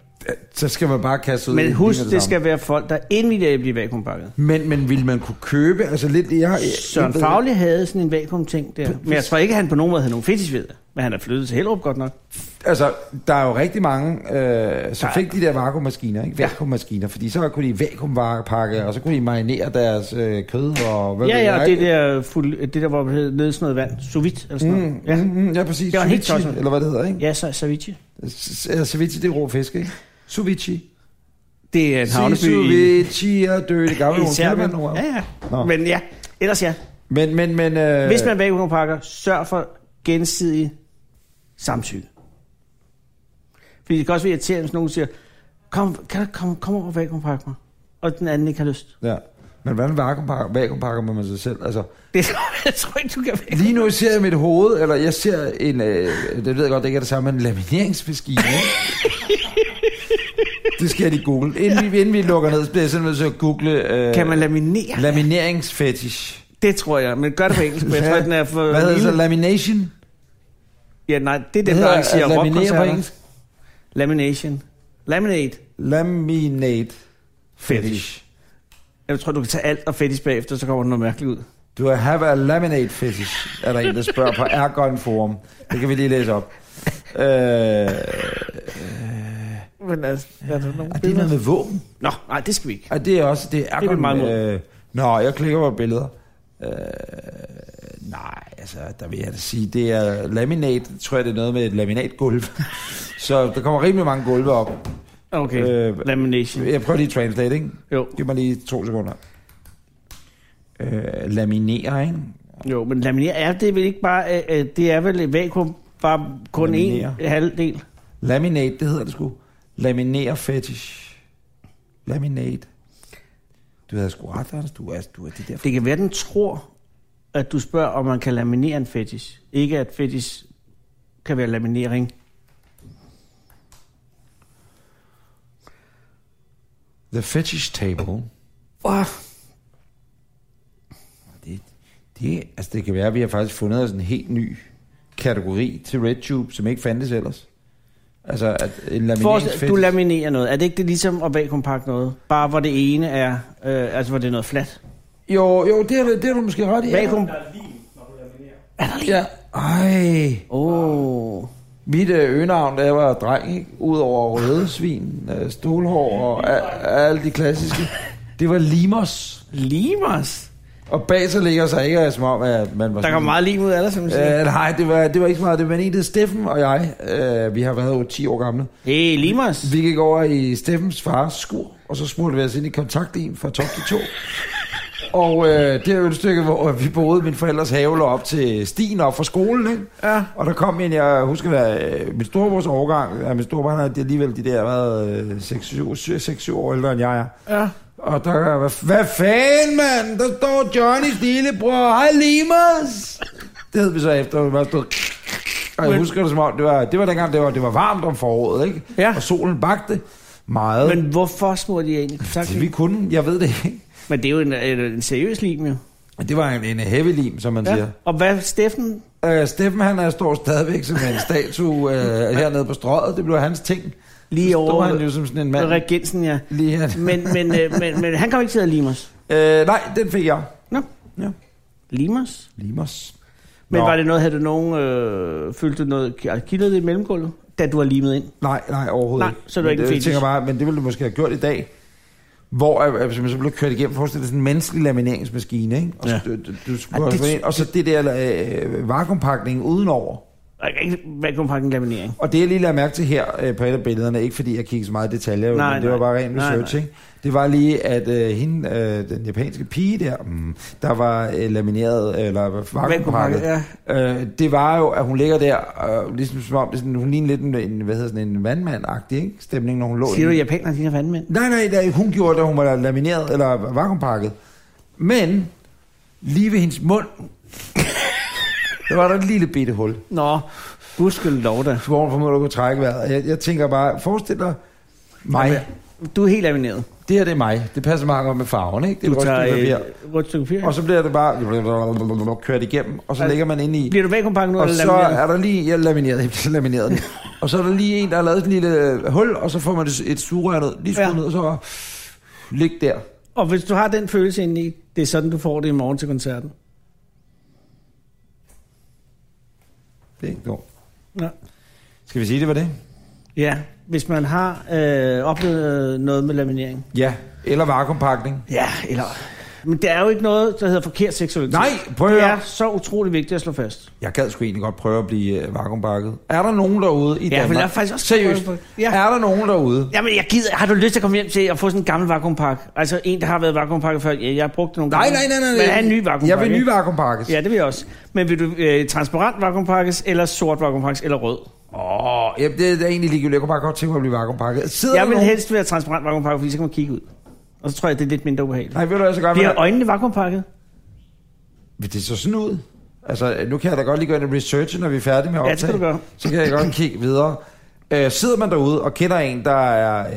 S3: Så skal man bare kaste ud i
S2: Men
S3: det
S2: husk,
S3: med
S2: det
S3: samme.
S2: skal være folk, der indvilliger i at blive vakuumpakket.
S3: Men, men vil man kunne købe, altså lidt, jeg har...
S2: Søren Fagli havde sådan en vakuumting der. Men jeg tror ikke, han på nogen måde havde nogen fetish ved det. Men han er flyttet til Hellerup godt nok.
S3: Altså, der er jo rigtig mange, øh, som
S2: Ja.
S3: fik de der vakuummaskiner, ikke? Vakuummaskiner, fordi så kunne de vakuumpakke, og så kunne de marinere deres øh, kød og... Hvad
S2: Ja,
S3: ved
S2: ja,
S3: jeg,
S2: og det
S3: ikke?
S2: der, fuld, det der hvor det hedder nedsnødet vand. Sous vide, eller sådan noget.
S3: Mm, ja. Mm, mm, ja, præcis.
S2: Det var helt
S3: Ceviche,
S2: tosset.
S3: Eller hvad det hedder, ikke?
S2: Ja, så ceviche.
S3: Ja. Ceviche, det er rå fisk, ikke? Ceviche.
S2: Det er en havneby i,
S3: Ceviche og døde gamle
S2: [laughs] i
S3: ord. Kender man
S2: Serbien.
S3: nogle ord?
S2: Ja,
S3: Nå.
S2: ja. Men ja, ellers ja.
S3: Men, men, men... Øh,
S2: Hvis man vakuumpakker, sørg for gensidig samtykke. Fordi det kan også være irriterende, hvis nogen siger, kom, kan du komme kom over og vakuumpakke mig? Og den anden ikke har lyst. [laughs]
S3: Ja. Men hvordan vakuumpakker, vakuumpakker man sig selv? Altså,
S2: Det jeg tror ikke, du kan vakuum.
S3: Lige nu ser jeg mit hoved, eller jeg ser en, øh, det ved jeg godt, det ikke er det samme, men en lamineringsmaskine. ikke? det skal jeg lige google. Inden vi, inden vi lukker ned, så bliver jeg simpelthen nødt til at google øh,
S2: Kan man laminere?
S3: lamineringsfetish.
S2: Det tror jeg, men gør det på engelsk, for jeg tror, den er for...
S3: Hvad hedder det så?
S2: lille.
S3: Lamination? Det
S2: Ja, nej, det er den, der arrangerer
S3: laminere på
S2: rockkoncerter.
S3: engelsk.
S2: Lamination. Laminate.
S3: Laminate
S2: Fetish.
S3: fetish.
S2: Jeg tror, du kan tage alt og fetish bagefter, så kommer der noget mærkeligt ud.
S3: Du har have a laminate fetish, er der en, der spørger på Ergon Forum. Det kan vi lige læse op. Øh,
S2: Men altså, er der nogen
S3: er det noget med våben?
S2: Nå, nej, det skal vi ikke.
S3: Og det er også, det er,
S2: vi
S3: kun,
S2: meget imod.
S3: øh, Nå, jeg klikker på billeder. Øh, nej, altså, der vil jeg da sige, det er laminat, tror jeg, det er noget med et laminatgulv. [laughs] Så der kommer rimelig mange gulve op.
S2: Okay,
S3: Øh,
S2: øh, lamination.
S3: Jeg prøver lige at translate, ikke?
S2: Jo,
S3: Giv mig lige to sekunder. Øh, laminere, ikke?
S2: jo, men laminere er det vel ikke bare... Øh, øh, det er vel et vakuum, bare kun en
S3: Laminere.
S2: halvdel.
S3: Laminate, det hedder det sgu. Laminere fetish. Laminate. Du havde sgu ret, Anders. Du er, du er det der
S2: Det kan være, den tror, at du spørger, om man kan laminere en fetish. Ikke at fetish kan være laminering.
S3: The Fetish Table.
S2: Wow.
S3: Det, det, altså det kan være, at vi har faktisk fundet os en helt ny kategori til RedTube, som ikke fandtes ellers. Altså, at en
S2: Forestil,
S3: lamineringsfetish.
S2: du laminerer noget. Er det ikke det ligesom at vakuumpakke noget? Bare hvor det ene er, øh, altså hvor det er noget fladt.
S3: jo, jo, det har, du- det har du måske ret i.
S2: Vakuum.
S4: Der er lim, når du laminerer.
S3: Ja. Ej.
S2: Åh. Oh.
S3: Mit øh, øgenavn, da jeg var dreng, ikke? udover røde svin, øh, stolhår og a- alle de klassiske, det var limos.
S2: Limers.
S3: Og bag så ligger sig ikke, som om, at man var
S2: Der
S3: sådan-
S2: kommer meget lim ud af dig, som du siger.
S3: Øh, nej, det var, det var ikke så meget. Det var en, der hed Steffen og jeg. Øh, vi har været over 10 år gamle.
S2: Hey, Limers.
S3: Vi gik over i Steffens fars skur, og så smurte vi os ind i kontakten fra top til to. Og øh, det er jo et stykke, hvor vi boede min forældres have lå op til stien op fra skolen, ikke?
S2: Ja.
S3: Og der kom en, jeg husker, der, øh, min storebrors overgang, ja, min storebror, han er alligevel de der, hvad, øh, 6-7 år ældre end jeg er.
S2: Ja.
S3: Og der hvad, hvad fanden, mand? Der står Johnnys lillebror. Hej, Limers! Det hed vi så efter, vi var stået... Og jeg
S2: Men-
S3: husker det som om, det var, det var dengang, det var, det var varmt om foråret, ikke?
S2: Ja.
S3: Og solen bagte meget. Men,
S2: Men hvorfor smurte de egentlig kontakt?
S3: det vi kunne, jeg ved det ikke.
S2: Men det er jo en, en, en seriøs lim, jo.
S3: Men Det var en, en heavy lim, som man ja. siger.
S2: Og hvad, Steffen?
S3: Øh, Steffen, han er, står stadigvæk som en statue
S2: [laughs]
S3: øh, hernede på strøget. Det blev hans ting.
S2: Lige
S3: Så står
S2: over
S3: han jo som sådan en mand.
S2: Regensen, ja.
S3: Lige her.
S2: Men, men, øh, men, men han kom ikke til at Limers.
S3: Øh, nej, den fik jeg.
S2: Nå.
S3: Ja.
S2: Limers?
S3: Limers.
S2: Men
S3: Nå.
S2: Nå. var det noget, havde du nogen, øh, følte du noget, kildede det i mellemgulvet, da du var limet ind?
S3: Nej, nej, overhovedet
S2: Nej, så er du
S3: Men
S2: ikke en
S3: det- Jeg
S2: fetish.
S3: tænker bare, men det ville du måske have gjort i dag, hvor øh, øh, hvis man så blev kørt igennem, forestil dig sådan en menneskelig lamineringsmaskine, ikke? Og, så,
S2: Ja.
S3: du, du, du skulle
S2: Ej,
S3: ja,
S2: det-
S3: det, ind, og så det der øh, vakuumpakning udenover.
S2: Jeg kan ikke vakuumpakke en laminering.
S3: Og det jeg lige lader mærke til her øh, på et af billederne, ikke fordi jeg kiggede så meget i detaljer, nej,
S2: Nej,
S3: men det
S2: nej.
S3: var bare ren
S2: Nej,
S3: research,
S2: nej.
S3: ikke? Det var lige, at øh, hende, øh, den japanske pige der, mm, der var øh, lamineret, øh, eller vakuumpakket,
S2: Vakuumpakket, ja.
S3: øh, det var jo, at hun ligger der, øh, ligesom som om, det er sådan, hun ligner lidt en, en, hvad hedder sådan, en vandmand-agtig ikke? stemning, når hun lå.
S2: Siger
S3: i-
S2: du, at japanerne ligner vandmænd?
S3: Nej, nej, det, hun gjorde det, hun var lamineret, eller vakuumpakket. Men lige ved hendes mund, Der var der et lille bitte hul.
S2: Nå, gudskelov da.
S3: Hvor man formoder at kunne trække vejret. Jeg, jeg tænker bare, forestil dig mig.
S2: Du er helt lamineret.
S3: Det her, det er mig. Det passer meget godt med farven, ikke? Det
S2: Du
S3: er et rødstykke
S2: tager
S3: papir.
S2: øh, rødt stykke papir.
S3: Og så bliver det bare kørt igennem, og så
S2: Altså,
S3: lægger man ind i.
S2: Bliver du vakuumpakken nu,
S3: Og
S2: eller
S3: så
S2: lamineret?
S3: er der lige, jeg laminerede, [laughs] jeg laminerede den. Og så er der lige en, der har lavet et lille øh, hul, og så får man et, et sugerør ned, lige skruet
S2: Ja.
S3: ja. ned, og så ligge der.
S2: Og hvis du har den følelse inde i, det er sådan, du får det i morgen til koncerten.
S3: Det er ikke dumt.
S2: Ja.
S3: Skal vi sige, det var det?
S2: ja, hvis man har øh, oplevet noget med laminering.
S3: Ja. Eller vakuumpakning.
S2: Ja, eller... Men der er jo ikke noget, der hedder forkert seksualitet.
S3: Nej, prøv at
S2: Det
S3: høre.
S2: er så utrolig vigtigt at slå fast.
S3: Jeg gad sgu egentlig godt prøve at blive øh, vakuumpakket. Er der nogen derude i
S2: Ja, men
S3: Danmark?
S2: jeg er faktisk også...
S3: Seriøst,
S2: Ja.
S3: er der nogen derude?
S2: Jamen, jeg gider. Har du lyst til at komme hjem til at få sådan en gammel vakuumpakke? Altså, en, der har været vakuumpakke før. Ja, jeg har brugt det nogle
S3: Nej,
S2: gange.
S3: nej, nej, nej.
S2: Men have en ny vakuumpakke.
S3: Jeg vil ny
S2: ikke?
S3: vakuumpakkes.
S2: Ja, det vil jeg også. Men vil du øh, transparent vakuumpakkes, eller sort vakuumpakkes, eller rød?
S3: Åh, oh, det er da egentlig ligegyldigt. Jeg kunne bare godt tænke mig at blive vakuumpakket. Sidder
S2: Jeg
S3: der
S2: vil
S3: nogen?
S2: helst være transparent vakuumpakket, fordi så kan man kigge ud. Og så tror jeg, det er lidt mindre ubehageligt.
S3: Nej, ved du hvad, så gør
S2: Bliver
S3: man
S2: øjnene vakuumpakket?
S3: Vil det så sådan ud? Altså, nu kan jeg da godt lige gøre en research, når vi er færdige med
S2: Ja,
S3: optag.
S2: det skal du gøre.
S3: Så kan jeg
S2: [clears throat]
S3: godt kigge videre. Øh, sidder man derude og kender en, der er,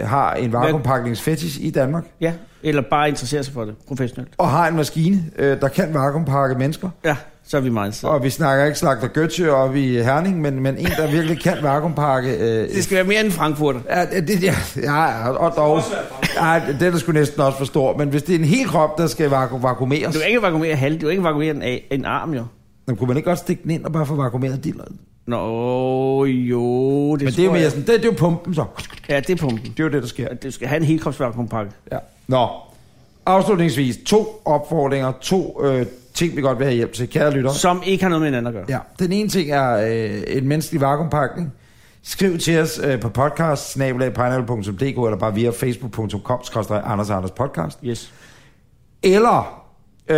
S3: øh, har en vakuumpakningsfetish i Danmark,
S2: Ja. Eller bare interesserer sig for det professionelt?
S3: og har en maskine, øh, der kan vakuumpakke mennesker,
S2: Ja, så er vi meget interesseret.
S3: og vi snakker ikke slagter Götze og vi Herning, men, men en, der virkelig kan vakuumpakke... Øh,
S2: Det skal være mere end Frankfurter.
S3: Ja, ja, det, ja, ja, og dog. Ja, den er sgu næsten også for stor, men hvis det er en hel krop, der skal vaku- vakuumeres,
S2: Du kan ikke vakuumere halv, du kan ikke vakuumere en, a- en arm, jo.
S3: så kunne man ikke godt stikke den ind og bare få vakuumeret dilleren? Men
S2: Nå, jo, det,
S3: det er jo
S2: tror
S3: mere
S2: jeg.
S3: sådan, det, det er jo pumpen så.
S2: Ja, det er pumpen.
S3: Det er jo det, der sker.
S2: At Du skal have en helkropsvakuumpakke.
S3: Ja. Nå, afslutningsvis to opfordringer, to øh, ting, vi godt vil have hjælp til, kære lytter.
S2: Som ikke har noget med hinanden at gøre.
S3: Ja. Den ene ting er øh, en menneskelig vakuumpakning. Skriv til os øh, på podcast, eller bare via facebook.com, skrøster Anders og Anders podcast.
S2: Yes.
S3: Eller, øh,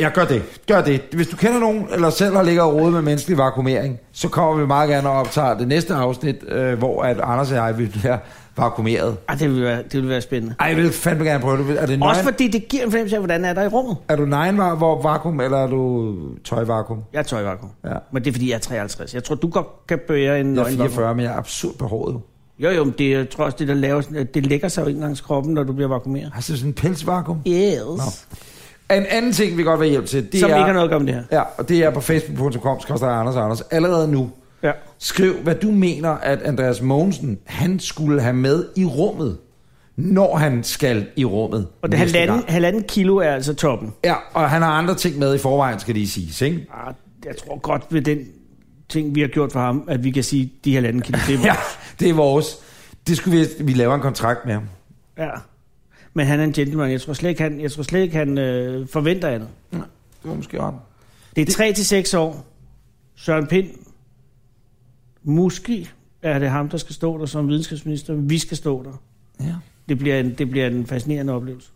S3: ja, gør det. Gør det. Hvis du kender nogen, eller selv har ligget og rodet med menneskelig vakuumering, så kommer vi meget gerne og optager det næste afsnit, øh, hvor at Anders og jeg vil være vakuumeret.
S2: Ej, det vil være, det vil være spændende.
S3: Ej, jeg vil fandme gerne prøve det. Er det
S2: Også
S3: nøgen-
S2: fordi det giver en fornemmelse af, hvordan er der i rummet.
S3: Er du negenvar, hvor vakuum, eller er du tøjvakuum?
S2: Jeg er tøjvakuum.
S3: Ja.
S2: Men det er fordi, jeg er 53. Jeg tror, du godt kan bære en
S3: Jeg er
S2: nøgen vakuum.
S3: 44, men jeg er absurd behåret. jo.
S2: Jo, jo, men det, jeg tror også, det der laver, sådan- det lægger sig jo ikke langs kroppen, når du bliver vakuumeret.
S3: Har du sådan en pelsvakuum?
S2: Yes.
S3: En anden ting, vi godt vil hjælpe til, det
S2: Som
S3: er...
S2: ikke har noget at gøre med det her.
S3: Ja, og det er på facebook.com, skrøster Anders og Anders. Allerede nu,
S2: Ja.
S3: skriv, hvad du mener, at Andreas Mogensen, han skulle have med i rummet, når han skal i rummet.
S2: Og det
S3: næste
S2: halvanden,
S3: gang.
S2: halvanden kilo er altså toppen.
S3: Ja, og han har andre ting med i forvejen, skal lige siges, ikke?
S2: Ah, Jeg tror godt ved den ting, vi har gjort for ham, at vi kan sige, de halvanden kilo, det er
S3: [laughs] Ja,
S2: vores.
S3: det er vores. Det skulle vi, vi laver en kontrakt med ham.
S2: ja. Men han er en gentleman. Jeg tror slet ikke, han, jeg tror slet ikke, han øh, forventer andet.
S3: Det var måske ret.
S2: Det er 3 til seks år. Søren Pind. Måske er det ham, der skal stå der som videnskabsminister. Vi skal stå der.
S3: Ja.
S2: Det bliver en, det bliver en fascinerende oplevelse.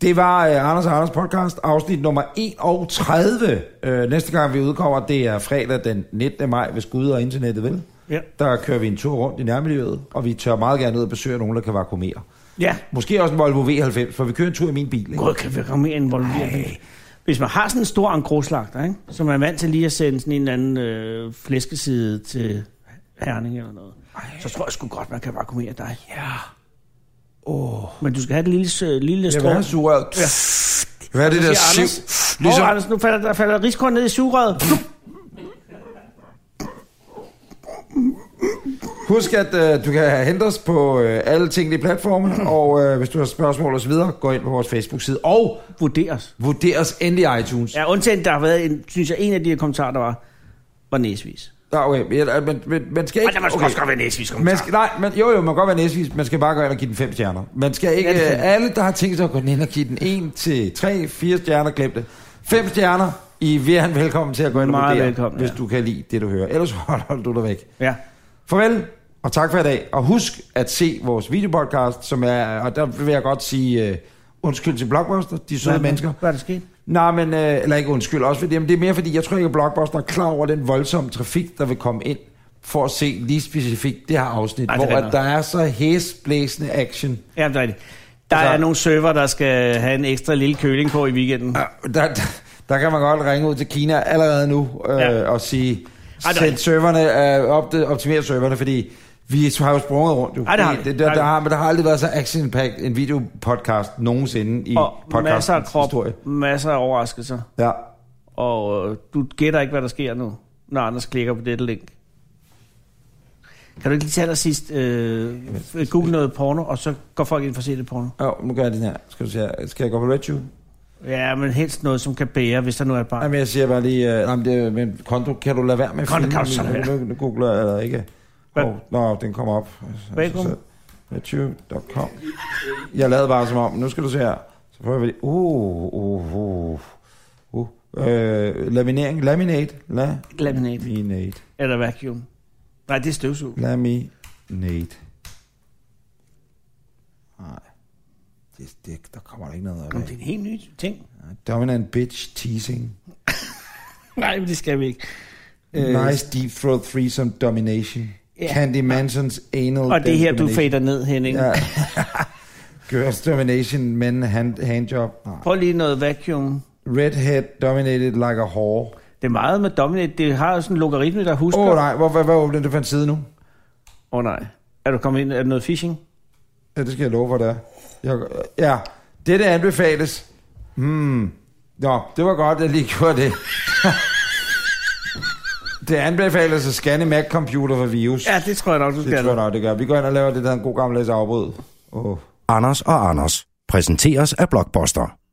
S3: Det var uh, Anders og Anders podcast, afsnit nummer 31. Uh, næste gang vi udkommer, det er fredag den 19. maj, hvis Gud og internettet vil.
S2: Ja.
S3: Der kører vi en tur rundt i nærmiljøet, og vi tør meget gerne ud og besøge nogen, der kan vakuumere.
S2: Ja.
S3: Måske også en Volvo V90, for vi kører en tur i min bil. Ikke?
S2: Gud, kan vi komme mere involveret. Hvis man har sådan en stor angroslagter, ikke? som er vant til lige at sende sådan en eller anden øh, flæskeside til Herning eller noget, så tror jeg sgu godt, man kan vakuumere dig. Ja. Oh. Men du skal have det lille, øh, lille
S3: Jeg vil
S2: strå.
S3: have sugerøret. Ja. Hvad er det
S2: siger
S3: der siv?
S2: Anders. Ligesom...
S3: Ligesom,
S2: Oh, Anders, nu falder, der falder riskorn ned i sugerøret.
S3: husk, at øh, du kan hente os på øh, alle ting i [clears throat] platformen, og øh, hvis du har spørgsmål og så videre, gå ind på vores Facebook-side, og
S2: Vurderes.
S3: vurder os endelig i iTunes. Ja.
S2: Ja, undtagen der har været, en, synes jeg, en af de her kommentarer, der var, var næsvis.
S3: Ja, okay. men, øh, men, men, man skal
S2: Og
S3: ikke...
S2: der må okay. også godt være næsvis
S3: Man
S2: kommentarer.
S3: skal, nej, men, jo jo, man kan godt være næsvis, man skal bare gå ind og give den fem stjerner. Man skal ikke,
S2: Ja, det er
S3: ja,
S2: det.
S3: alle der har tænkt sig at gå ind og give den en til tre, fire stjerner, glem det. Fem stjerner, I er velkommen til at gå ind og
S2: Meget
S3: vurdere,
S2: velkommen,
S3: hvis
S2: ja.
S3: du kan lide det, du hører. Ellers holder du dig væk.
S2: Ja.
S3: Farvel, og tak for i dag. Og husk at se vores videopodcast, som er, og der vil jeg godt sige øh, undskyld til Blockbuster, de søde
S2: Hvad-
S3: ja, mennesker.
S2: Hvad er der sket?
S3: Nej, men, øh, eller ikke undskyld også for det, men det er mere fordi, jeg tror ikke, at Blockbuster er klar over den voldsomme trafik, der vil komme ind for at se lige specifikt det her afsnit,
S2: Ej,
S3: Ej,
S2: det er
S3: hvor at
S2: rigtigt.
S3: der er så hæsblæsende action.
S2: Ja, det er rigtigt. Der
S3: Altså-
S2: er nogle server, der skal have en ekstra lille køling på i weekenden.
S3: Der, der, Der kan man godt ringe ud til Kina allerede nu øh,
S2: Ja.
S3: ja. og sige,
S2: Ej, der-
S3: send serverne, øh, op, optimere serverne, fordi vi har jo sprunget rundt. Jo.
S2: Ej, det har
S3: Fordi
S2: vi.
S3: det, der,
S2: Ej,
S3: der,
S2: vi.
S3: har, men der har aldrig været så action-packed en videopodcast nogensinde i
S2: Og masser af
S3: podcastens
S2: krop,
S3: historie.
S2: masser af overraskelser.
S3: Ja.
S2: Og øh, du gætter ikke, hvad der sker nu, når Anders klikker på dette link. Kan du ikke lige til allersidst øh, f- google noget porno, og så går folk ind for at se det porno?
S3: Jo, nu gør jeg den her. Skal, du se her. Skal jeg gå på RedTube?
S2: Ja, men helst noget, som kan bære, hvis der nu er et barn.
S3: Jamen, jeg siger bare lige... Øh, nej, men, det, men konto kan du lade være med. at
S2: Konto
S3: finde
S2: kan du så
S3: min-
S2: lade
S3: Nu, nu googler jeg eller ikke.
S2: Hvad?
S3: Oh, nå, den kommer op. Altså,
S2: Velkommen.
S3: så- RedTube.com Jeg lavede bare som om. Nu skal du se her. Så prøver vi lige. Uh, uh, uh. uh. Øh, laminering. Laminate.
S2: Laminate.
S3: Laminate.
S2: Eller vacuum. Nej, det er støvsug.
S3: Laminate. Nej. Det, det, der kommer der ikke noget af.
S2: Jamen, det er en helt ny ting.
S3: Dominant bitch teasing.
S2: Nej, men det skal vi ikke.
S3: Øh, nice deep throat threesome domination.
S2: Ja.
S3: Yeah. Candy Mansons anal
S2: Og det er her, du
S3: domination.
S2: fader ned, Henning.
S3: Ja. [laughs] Girls domination, men hand, handjob. Nej.
S2: Prøv lige noget vacuum.
S3: Redhead dominated like a whore.
S2: Det er meget med dominate. Det har jo sådan en logaritme, der husker.
S3: Åh oh, nej, hvor, hvad, hvad åbner det for en side nu?
S2: Åh oh, nej. Er du kommet ind? Er det noget phishing?
S3: Ja, det skal jeg love for, det er. Jeg, ja, dette anbefales. Hmm. Nå, det var godt, jeg lige gjorde det. [laughs] det anbefales at scanne Mac-computer for virus.
S2: Ja, det tror jeg nok, du skal.
S3: det tror jeg nok, det gør. Vi går ind og laver det der en god gammeldags afbryd. Åh. Oh.
S1: Anders og Anders præsenteres af Blockbuster.